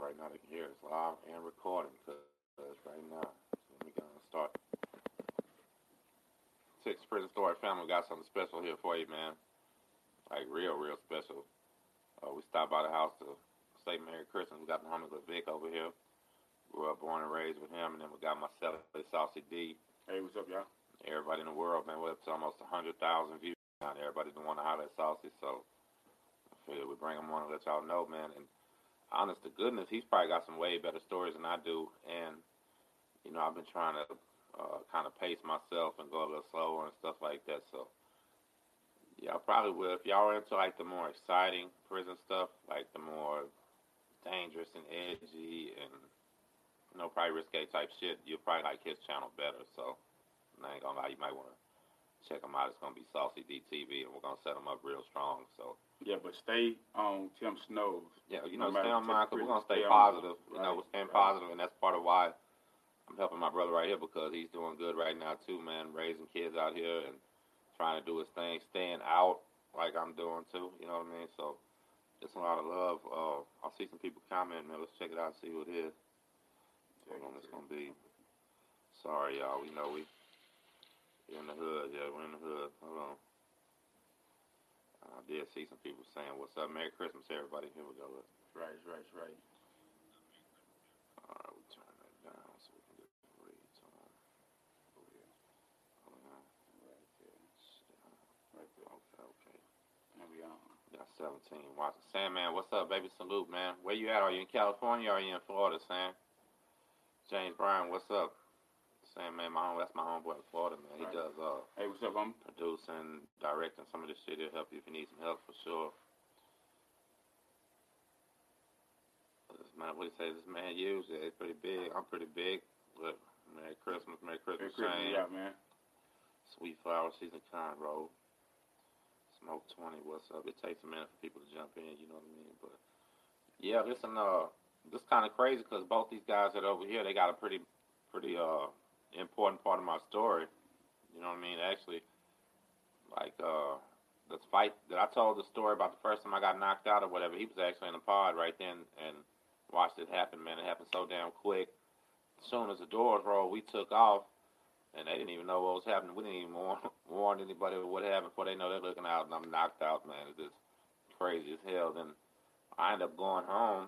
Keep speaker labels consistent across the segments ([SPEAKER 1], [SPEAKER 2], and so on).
[SPEAKER 1] right now they can hear us live and recording to us right now. So let me go and start. Six Prison Story family got something special here for you, man. Like real, real special. Uh, we stopped by the house to say Merry Christmas. We got the homie Vic over here. We were born and raised with him, and then we got myself, Saucy D.
[SPEAKER 2] Hey, what's up, y'all?
[SPEAKER 1] Everybody in the world, man, we're up to almost 100,000 views now. Everybody's been wanting to holler at Saucy, so I figured we bring him on and let y'all know, man. And honest to goodness, he's probably got some way better stories than I do. And, you know, I've been trying to uh, kind of pace myself and go a little slower and stuff like that. So, yeah, I probably will. If y'all are into, like, the more exciting prison stuff, like the more dangerous and edgy and, you know, probably risque type shit, you'll probably like his channel better. So, I ain't gonna lie, you might want to check him out. It's gonna be Saucy DTV, and we're gonna set him up real strong. So,
[SPEAKER 2] Yeah, but stay on Tim Snow's.
[SPEAKER 1] Yeah, you
[SPEAKER 2] No
[SPEAKER 1] know, stay
[SPEAKER 2] matter
[SPEAKER 1] on
[SPEAKER 2] the
[SPEAKER 1] mine because we're gonna stay
[SPEAKER 2] temperature, stay on
[SPEAKER 1] positive.
[SPEAKER 2] mine.
[SPEAKER 1] You know,
[SPEAKER 2] Right,
[SPEAKER 1] we're staying
[SPEAKER 2] right.
[SPEAKER 1] positive, and that's part of why I'm helping my brother right here because he's doing good right now too, man. Raising kids out here and trying to do his thing, staying out like I'm doing too. You know what I mean? So it's a lot of love. Uh, I see some people comment, man. Let's check it out, see what it is. Hold on, it's gonna be. Sorry, y'all. We know we in the hood. Yeah, we're in the hood. Hold on. I did see some people saying, "What's up? Merry Christmas, everybody." Here we go. Look.
[SPEAKER 2] Right, right, right.
[SPEAKER 1] Alright, we turn that down so we can get the reads on.
[SPEAKER 2] Oh, yeah.
[SPEAKER 1] Hold on.
[SPEAKER 2] Right there.
[SPEAKER 1] Shit,
[SPEAKER 2] Right there.
[SPEAKER 1] Okay, okay.
[SPEAKER 2] There we are.
[SPEAKER 1] Got 17 watching. Sam, man, what's up, baby? Salute, man. Where you at? Are you in California or are you in Florida, Sam? James Bryan, what's up? Sam, man, my home, that's my homeboy in Florida, man. He
[SPEAKER 2] Right.
[SPEAKER 1] does uh,
[SPEAKER 2] Hey, what's up, homie?
[SPEAKER 1] producing, directing some of this shit. He'll help you if you need some help for sure. This man, what do you say? This man used it. It's pretty big. I'm pretty big. But Merry Christmas, Merry
[SPEAKER 2] Merry
[SPEAKER 1] Christmas,
[SPEAKER 2] Christmas,
[SPEAKER 1] Shane.
[SPEAKER 2] yeah, man.
[SPEAKER 1] Sweet Flower, she's in Conroe. Smoke 20, what's up? It takes a minute for people to jump in, you know what I mean? But yeah, listen, uh, this kind of crazy because both these guys that are over here, they got a pretty, pretty uh important part of my story. You know what I mean? Actually, like uh, the fight that I told the story about the first time I got knocked out or whatever, he was actually in the pod right then and watched it happen. Man, it happened so damn quick. As soon as the doors rolled, we took off and they didn't even know what was happening. We didn't even warn, warn anybody of what happened before they know they're looking out, and I'm knocked out, man. It's just crazy as hell. Then I end up going home,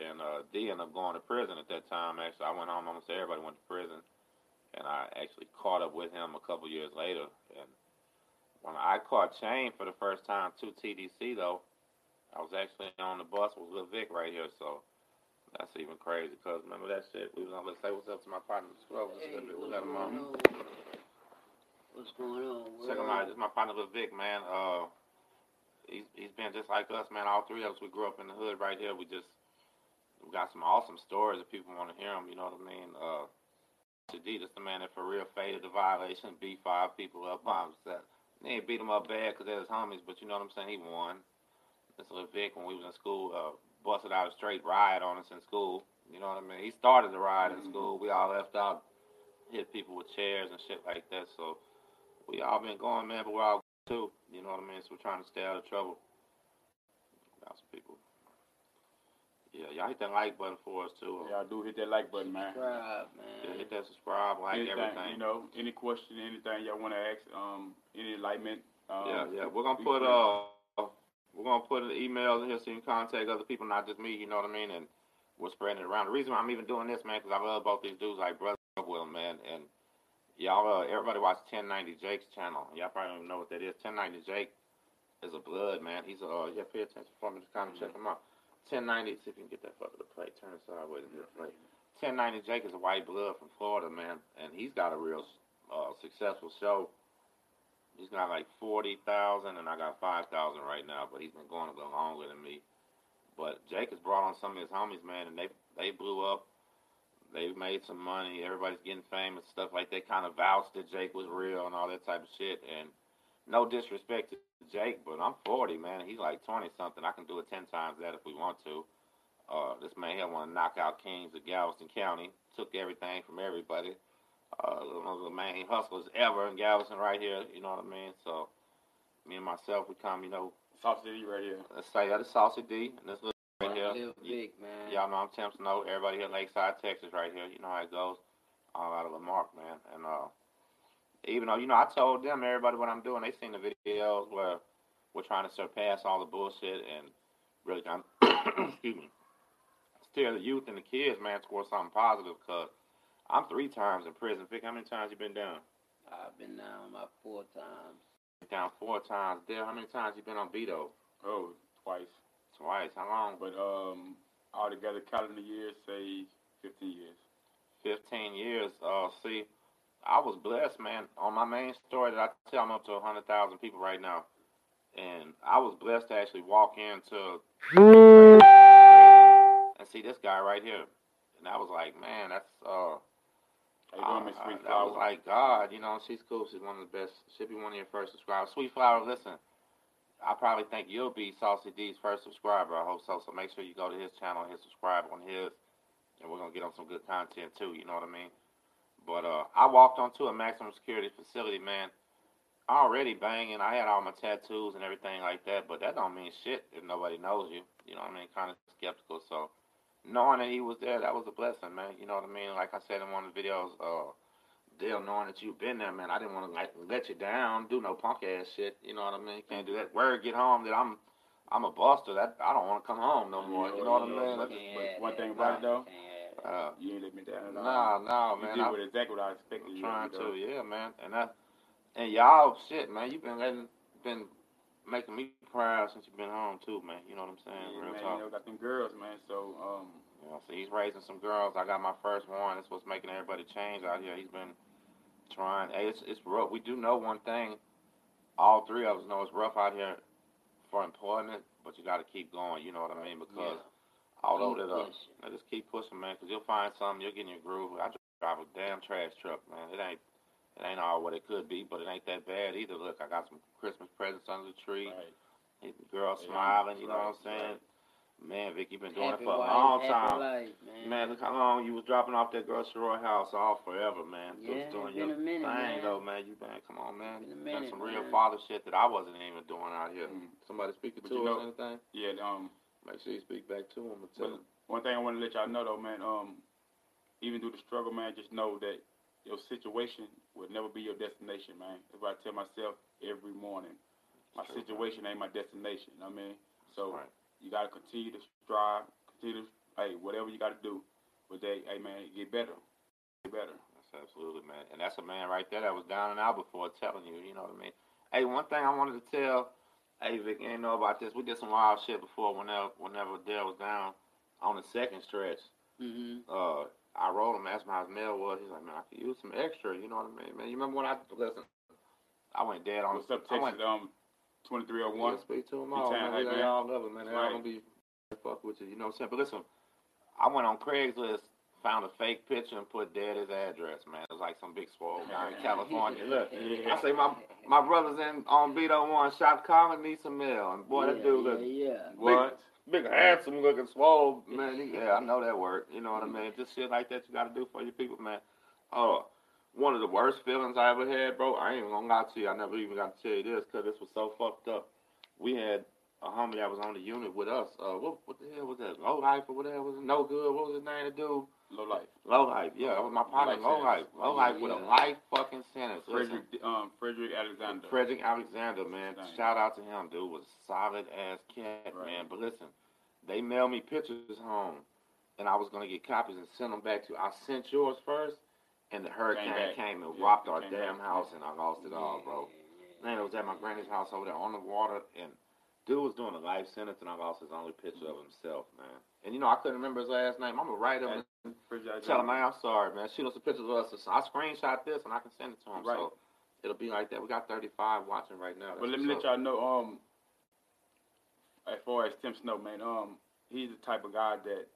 [SPEAKER 1] and uh, D ended up going to prison at that time. Actually, I went home. Almost everybody went to prison, and I actually caught up with him a couple years later. And when I caught Chain for the first time to TDC, though, I was actually on the bus with Lil Vic right here, so. That's even crazy, cause remember that shit? We was on. Let's say what's up to my partner, Scrub. What's
[SPEAKER 3] Hey,
[SPEAKER 1] up? We
[SPEAKER 3] what's
[SPEAKER 1] got him on.
[SPEAKER 3] going on? What's going on?
[SPEAKER 1] Check him out. This is my partner, Lil Vic, man. Uh, he's he's been just like us, man. All three of us, we grew up in the hood right here. We just we got some awesome stories if people want to hear them. You know what I mean? Uh, Shadid is the man that for real faded the violation, beat five people up by himself. They ain't beat him up bad because they was homies, but you know what I'm saying? He won. This Lil Vic, when we was in school, uh, busted out a straight riot on us in school. You know what I mean? He started the riot in
[SPEAKER 2] Mhm.
[SPEAKER 1] school. We all left out, hit people with chairs and shit like that. So we all been going, man, but we're all too. You know what I mean? So we're trying to stay out of trouble. Got some people. Yeah, y'all hit that like button for us too.
[SPEAKER 2] Y'all do hit that like button, man.
[SPEAKER 3] Subscribe,
[SPEAKER 1] Yeah,
[SPEAKER 3] man.
[SPEAKER 1] hit that subscribe, like
[SPEAKER 2] anything,
[SPEAKER 1] everything.
[SPEAKER 2] you know, any question, anything y'all want to ask, um, any enlightenment. Um,
[SPEAKER 1] yeah, yeah. We're gonna
[SPEAKER 2] be
[SPEAKER 1] put
[SPEAKER 2] free.
[SPEAKER 1] uh, we're gonna put the emails in here so you can contact other people, not just me. You know what I mean? And we're spreading it around. The reason why I'm even doing this, man, because I love both these dudes, like brother Will, man, and y'all. Uh, everybody watch 1090 Jake's channel. Y'all probably don't even know what that is. 1090 Jake is a blood man. He's a uh, yeah. Pay attention for me. Just kind of check him out. 1090. See if you can get that fucker to play. Turn it sideways and play. 1090 Jake is a white blood from Florida, man, and he's got a real uh, successful show. He's got like 40,000, and I got 5,000 right now, but he's been going a little longer than me. But Jake has brought on some of his homies, man, and they they blew up. They've made some money. Everybody's getting famous, stuff like that. Kind of vouched that Jake was real and all that type of shit. And no disrespect to Jake, but I'm 40, man. and He's like 20 something. I can do it 10 times that if we want to. Uh, this man here want to knock out kings of Galveston County. Took everything from everybody. Uh, one of the main hustlers ever in Galveston right here. You know what I mean? So me and myself, we come, you know,
[SPEAKER 2] Sauce City right here.
[SPEAKER 1] let's say that is Saucy D and this little right here.
[SPEAKER 3] Lil Vic, man.
[SPEAKER 1] Y'all Um, I'm Tim Snow. Everybody here, in Lakeside, Texas, right here. You know how it goes. I'm out of Lamarck, man. And uh, even though you know, I told them everybody what I'm doing. They seen the videos where we're trying to surpass all the bullshit and really trying, excuse me, steer the youth and the kids, man, towards something positive. Cause I'm three times in prison. Vic, how many times you been down?
[SPEAKER 3] I've been down about four times.
[SPEAKER 1] Down four times. Dale, how many times you been on veto?
[SPEAKER 2] Oh, twice.
[SPEAKER 1] Twice. How long?
[SPEAKER 2] But um, altogether, calendar years, say 15 years.
[SPEAKER 1] 15 years. Uh, see, I was blessed, man. On my main story that I tell, I'm up to 100,000 people right now. And I was blessed to actually walk into and see this guy right here. And I was like, man, that's, uh,
[SPEAKER 2] How you
[SPEAKER 1] I,
[SPEAKER 2] doing, Miss
[SPEAKER 1] Uh, I-
[SPEAKER 2] Sweet
[SPEAKER 1] I was
[SPEAKER 2] Flower?
[SPEAKER 1] like, God, you know, she's cool. She's one of the best. She'll be one of your first subscribers. Sweet Flower, listen, I probably think you'll be Saucy D's first subscriber. I hope so. So make sure you go to his channel and his subscribe on his, and we're gonna get on some good content too. You know what I mean? But uh, I walked onto a maximum security facility, man. Already banging. I had all my tattoos and everything like that, but that don't mean shit if nobody knows you. You know what I mean? Kind of skeptical. So knowing that he was there, that was a blessing, man. You know what I mean? Like I said in one of the videos, uh, Dale, knowing that you've been there, man, I didn't want to like let you down, do no punk ass shit. You know what I mean? Can't do that. Word get home that I'm, I'm a buster. That I don't want to come home no more. You know what I mean? Let me-
[SPEAKER 3] Can't
[SPEAKER 2] but
[SPEAKER 3] have
[SPEAKER 2] one
[SPEAKER 3] that.
[SPEAKER 2] thing about it, though,
[SPEAKER 3] Can't have that.
[SPEAKER 1] Uh,
[SPEAKER 2] You ain't let me down at all.
[SPEAKER 1] nah, nah,
[SPEAKER 2] you
[SPEAKER 1] man.
[SPEAKER 2] did
[SPEAKER 1] I,
[SPEAKER 2] what exactly what I expected
[SPEAKER 1] I'm
[SPEAKER 2] you
[SPEAKER 1] trying
[SPEAKER 2] do,
[SPEAKER 1] to, yeah, man. And that, and y'all, shit, man. You've been letting, been making me cry since you've been home too, man. You know what I'm saying?
[SPEAKER 2] Yeah,
[SPEAKER 1] Real
[SPEAKER 2] man,
[SPEAKER 1] talk.
[SPEAKER 2] you know, got them girls, man. So, um,
[SPEAKER 1] You know, so he's raising some girls. I got my first one. That's what's making everybody change out here. He's been trying. Hey, it's it's rough. We do know one thing. All three of us know it's rough out here for employment, but you got to keep going. You know what I mean? Because although
[SPEAKER 3] Keep
[SPEAKER 1] that uh,
[SPEAKER 3] pushing.
[SPEAKER 1] now just keep pushing, man. Because you'll find something. You'll get in your groove. I drive a damn trash truck, man. It ain't it ain't all what it could be, but it ain't that bad either. Look, I got some Christmas presents under the tree.
[SPEAKER 2] right.
[SPEAKER 1] Girl
[SPEAKER 2] Yeah,
[SPEAKER 1] smiling. You know
[SPEAKER 2] right,
[SPEAKER 1] what I'm saying? Man, Vic, you've been doing it
[SPEAKER 3] Happy
[SPEAKER 1] for a
[SPEAKER 3] wife,
[SPEAKER 1] long
[SPEAKER 3] happy
[SPEAKER 1] time.
[SPEAKER 3] life,
[SPEAKER 1] Man, look how long you was dropping off that girl Sherroy house all forever, man.
[SPEAKER 3] Yeah,
[SPEAKER 1] Just doing
[SPEAKER 3] it's been
[SPEAKER 1] your
[SPEAKER 3] a minute,
[SPEAKER 1] thing
[SPEAKER 3] man.
[SPEAKER 1] though, man. You been come on, man.
[SPEAKER 3] Been a
[SPEAKER 1] Done
[SPEAKER 3] minute,
[SPEAKER 1] some real
[SPEAKER 3] man.
[SPEAKER 1] father shit that I wasn't even doing out here.
[SPEAKER 2] Mm.
[SPEAKER 1] Hmm. Somebody speaking
[SPEAKER 2] But
[SPEAKER 1] to
[SPEAKER 2] you
[SPEAKER 1] us
[SPEAKER 2] know-
[SPEAKER 1] or anything?
[SPEAKER 2] Yeah. Um,
[SPEAKER 1] Make sure you speak back to him and tell him.
[SPEAKER 2] But- one thing I want to let y'all know, though, man. Um, even through the struggle, man, just know that your situation will never be your destination, man. That's what I tell myself every morning. My
[SPEAKER 1] True, man.
[SPEAKER 2] situation ain't my destination. I mean, so
[SPEAKER 1] Right.
[SPEAKER 2] you gotta continue to strive, continue to hey, whatever you gotta do. But they, hey, man, get better, get better.
[SPEAKER 1] That's absolutely, man. And that's a man right there that was down and out before telling you, you know what I mean? Hey, one thing I wanted to tell, hey, Vic, you ain't know about this. We did some wild shit before whenever, whenever Dale was down on the second stretch.
[SPEAKER 3] hmm
[SPEAKER 1] uh, I wrote him, asked him how his mail was. He's like, man, I could use some extra. You know what I mean, man? You remember when I listen? I went dead on.
[SPEAKER 2] What's up,
[SPEAKER 1] I
[SPEAKER 2] Texas? Um, twenty three oh one.
[SPEAKER 1] yeah, speak to them
[SPEAKER 2] You
[SPEAKER 1] all,
[SPEAKER 2] saying,
[SPEAKER 1] man.
[SPEAKER 2] hey,
[SPEAKER 1] They
[SPEAKER 2] man.
[SPEAKER 1] all love it, man. They all
[SPEAKER 2] Right.
[SPEAKER 1] gonna be fuck with you. You know what I'm saying? But listen, I went on Craigslist, found a fake picture, and put dead his address, man. It was like some big swole guy in California. Look,
[SPEAKER 2] Yeah.
[SPEAKER 1] I say my my brother's in on Beto One shop calling me some mail, and boy,
[SPEAKER 3] yeah,
[SPEAKER 1] that dude
[SPEAKER 3] yeah,
[SPEAKER 1] look
[SPEAKER 3] yeah.
[SPEAKER 2] What?
[SPEAKER 1] big handsome looking swole man. He- Yeah, I know that word. You know what I mean? Just shit like that you gotta do for your people, man. Oh, one of the worst feelings I ever had, bro. I ain't even gonna lie to you. I never even got to tell you this because this was so fucked up. We had a homie that was on the unit with us. Uh, what what the hell was that? Low life or whatever. Was it no good? What was his name to do?
[SPEAKER 2] Low life.
[SPEAKER 1] Low life. Yeah, that was my partner.
[SPEAKER 2] Life
[SPEAKER 1] Low life.
[SPEAKER 2] sentence.
[SPEAKER 1] Low life with a
[SPEAKER 3] Yeah.
[SPEAKER 1] life fucking sentence. Listen,
[SPEAKER 2] Frederick, um, Frederick Alexander.
[SPEAKER 1] Frederick Alexander, man.
[SPEAKER 2] Dang.
[SPEAKER 1] Shout out to him, dude. Was a solid ass cat,
[SPEAKER 2] Right.
[SPEAKER 1] man. But listen, they mailed me pictures home, and I was gonna get copies and send them back to. you. I sent yours first, and the hurricane
[SPEAKER 2] back.
[SPEAKER 1] came, and
[SPEAKER 2] Yeah,
[SPEAKER 1] rocked
[SPEAKER 2] it
[SPEAKER 1] our
[SPEAKER 2] came
[SPEAKER 1] damn
[SPEAKER 2] back.
[SPEAKER 1] house, and I lost it all,
[SPEAKER 3] Yeah,
[SPEAKER 1] bro.
[SPEAKER 3] yeah,
[SPEAKER 1] Man, it was at my granny's house over there on the water, and dude was doing a life sentence, and I lost his only picture
[SPEAKER 2] Mm-hmm.
[SPEAKER 1] of himself, man. And you know, I couldn't remember his last name. I'm gonna write him and
[SPEAKER 2] Frederick
[SPEAKER 1] Tell him,
[SPEAKER 2] Alexander.
[SPEAKER 1] man, I'm sorry, man. Shoot us some pictures of us. I screenshot this and I can send it to him.
[SPEAKER 2] Right.
[SPEAKER 1] So it'll be like that. We got 35 watching right now.
[SPEAKER 2] But let
[SPEAKER 1] That's
[SPEAKER 2] me let
[SPEAKER 1] what's
[SPEAKER 2] y'all know, um, as far as Tim Snow, man, um, he's the type of guy that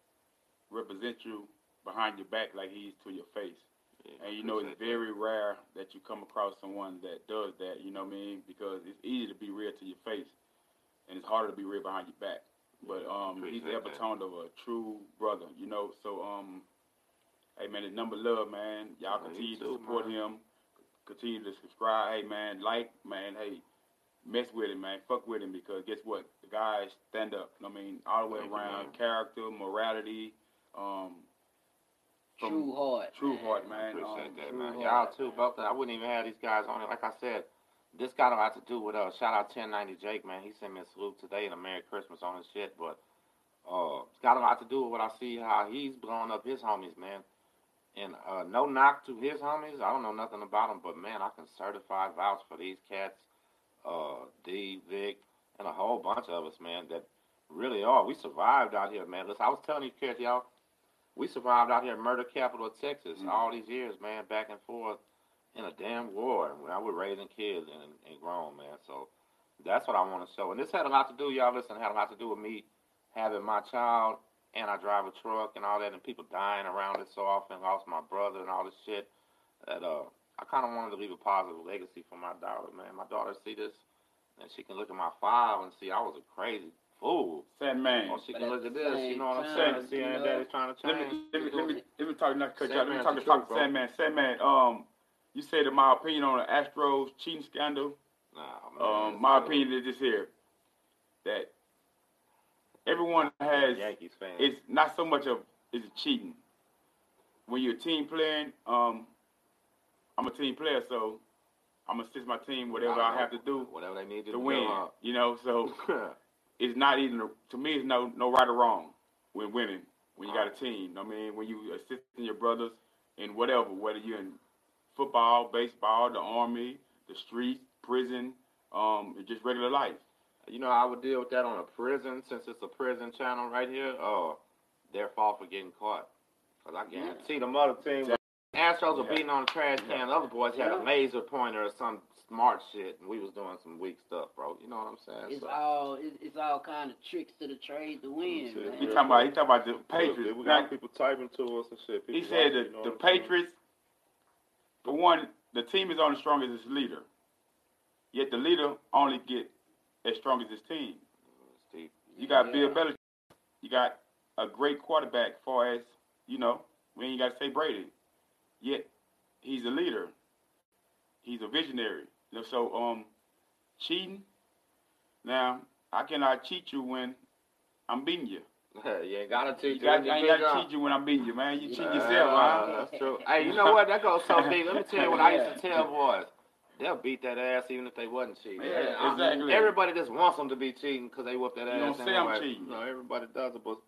[SPEAKER 2] represents you behind your back like he is to your face.
[SPEAKER 1] up. Yeah,
[SPEAKER 2] And you know, it's
[SPEAKER 1] appreciate that.
[SPEAKER 2] very rare that you come across someone that does that, you know what I mean? Because it's easy to be real to your face, and it's harder to be real behind your back. But um, he's the
[SPEAKER 1] Appreciate that.
[SPEAKER 2] epitome of a true brother, you know? So, um, hey, man, the number love, man. Y'all
[SPEAKER 1] Yeah, Oh, you
[SPEAKER 2] continue
[SPEAKER 1] too,
[SPEAKER 2] to support
[SPEAKER 1] man.
[SPEAKER 2] him. Continue to subscribe. Hey, man, like, man, hey, mess with him, man. Fuck with him because guess what? The guys stand up. I mean, all the way
[SPEAKER 1] Thank you,
[SPEAKER 2] around
[SPEAKER 1] man.
[SPEAKER 2] character, morality, Um, from
[SPEAKER 3] True heart.
[SPEAKER 2] True Heart,
[SPEAKER 1] I
[SPEAKER 2] man.
[SPEAKER 1] appreciate
[SPEAKER 2] um,
[SPEAKER 1] that,
[SPEAKER 3] True
[SPEAKER 1] man.
[SPEAKER 3] Heart.
[SPEAKER 1] Y'all too, both. I wouldn't even have these guys on it. Like I said, this got a lot to do with uh shout out ten ninety Jake, man. He sent me a salute today and a Merry Christmas on his shit, but uh it's got a lot to do with what I see how he's blowing up his homies, man. And uh no knock to his homies. I don't know nothing about them, but man, I can certify vouch for these cats, uh D Vic and a whole bunch of us, man, that really are. We survived out here, man. Listen, I was telling you cats, y'all, we survived out here in murder capital of Texas
[SPEAKER 2] Mhm.
[SPEAKER 1] all these years, man, back and forth in a damn war. And I was raising kids and, and grown, man. So that's what I want to show. And this had a lot to do, y'all. Listen, it had a lot to do with me having my child and I drive a truck and all that, and people dying around it so often. Lost my brother and all this shit. That uh, I kind of wanted to leave a positive legacy for my daughter, man. My daughter see this, and she can look at my file and see I was a crazy fool.
[SPEAKER 2] Sad man.
[SPEAKER 1] Or she
[SPEAKER 3] But
[SPEAKER 1] can
[SPEAKER 3] at
[SPEAKER 1] look
[SPEAKER 3] the
[SPEAKER 1] at this, you
[SPEAKER 3] same
[SPEAKER 1] know what I'm
[SPEAKER 2] time,
[SPEAKER 1] saying? See,
[SPEAKER 3] you
[SPEAKER 1] and
[SPEAKER 3] know,
[SPEAKER 1] daddy's trying to
[SPEAKER 2] Let
[SPEAKER 1] change.
[SPEAKER 2] me let me let me, let me talk. Not to cut you out. Let me
[SPEAKER 1] Sandman's
[SPEAKER 2] talk
[SPEAKER 1] the
[SPEAKER 2] to talk
[SPEAKER 1] truth, bro.
[SPEAKER 2] Sandman. Sandman. Um, you said that my opinion on the Astros cheating scandal.
[SPEAKER 1] Nah, man,
[SPEAKER 2] Um, my
[SPEAKER 1] it's- uh,
[SPEAKER 2] opinion is this here that everyone has
[SPEAKER 1] Yankees fans.
[SPEAKER 2] it's not so much of is it cheating. When you're a team playing, um, I'm a team player, so I'm gonna assist my team whatever I have to do
[SPEAKER 1] whatever they need to,
[SPEAKER 2] to
[SPEAKER 1] do,
[SPEAKER 2] win.
[SPEAKER 1] huh?
[SPEAKER 2] You know, so it's not even to me. It's no no right or wrong when winning when you got a team. I mean, when you assisting your brothers in whatever, whether you're in football, baseball, the army, the streets, prison, um, it's just regular life.
[SPEAKER 1] you know, I would deal with that on a prison since it's a prison channel right here. Oh, their fault for getting caught. Cause I guarantee the mother team.
[SPEAKER 2] Yeah.
[SPEAKER 1] Astros were
[SPEAKER 2] Yeah.
[SPEAKER 1] beating on the trash
[SPEAKER 2] Yeah.
[SPEAKER 1] can. The other boys had a
[SPEAKER 3] Yeah.
[SPEAKER 1] laser pointer or some smart shit, and we was doing some weak stuff, bro. You know what I'm saying?
[SPEAKER 3] It's
[SPEAKER 1] So,
[SPEAKER 3] all it's, it's all kind of tricks to the trade to win,
[SPEAKER 1] Let me
[SPEAKER 3] man.
[SPEAKER 2] He
[SPEAKER 1] Yeah.
[SPEAKER 2] talking about he talking about the Patriots.
[SPEAKER 1] we
[SPEAKER 2] Now,
[SPEAKER 1] got people typing to us and shit.
[SPEAKER 2] he said that the Patriots, the one, the team is only strong as its leader. Yet the leader only get as strong as his team. You got Bill Belichick. You got a great quarterback, far as you know. We ain't got to say Brady. Yet he's a leader. He's a visionary. You know, So um, cheating. Now I cannot cheat you when I'm beating you.
[SPEAKER 1] you ain't gotta
[SPEAKER 2] You
[SPEAKER 1] teach.
[SPEAKER 2] got,
[SPEAKER 1] them
[SPEAKER 2] I ain't
[SPEAKER 1] to
[SPEAKER 2] gotta
[SPEAKER 1] teach
[SPEAKER 2] cheat you when I'm beating you, man. You cheat
[SPEAKER 1] Uh,
[SPEAKER 2] yourself, huh?
[SPEAKER 1] That's true. Hey, you know what? That goes so deep. Let me tell you what I used to tell boys. They'll beat that ass even if they wasn't cheating.
[SPEAKER 2] Yeah,
[SPEAKER 1] I-
[SPEAKER 2] exactly.
[SPEAKER 1] Everybody just wants them to be cheating because they whoop that
[SPEAKER 2] You
[SPEAKER 1] ass.
[SPEAKER 2] don't say I'm
[SPEAKER 1] anyway.
[SPEAKER 2] cheating.
[SPEAKER 1] No, everybody does it. But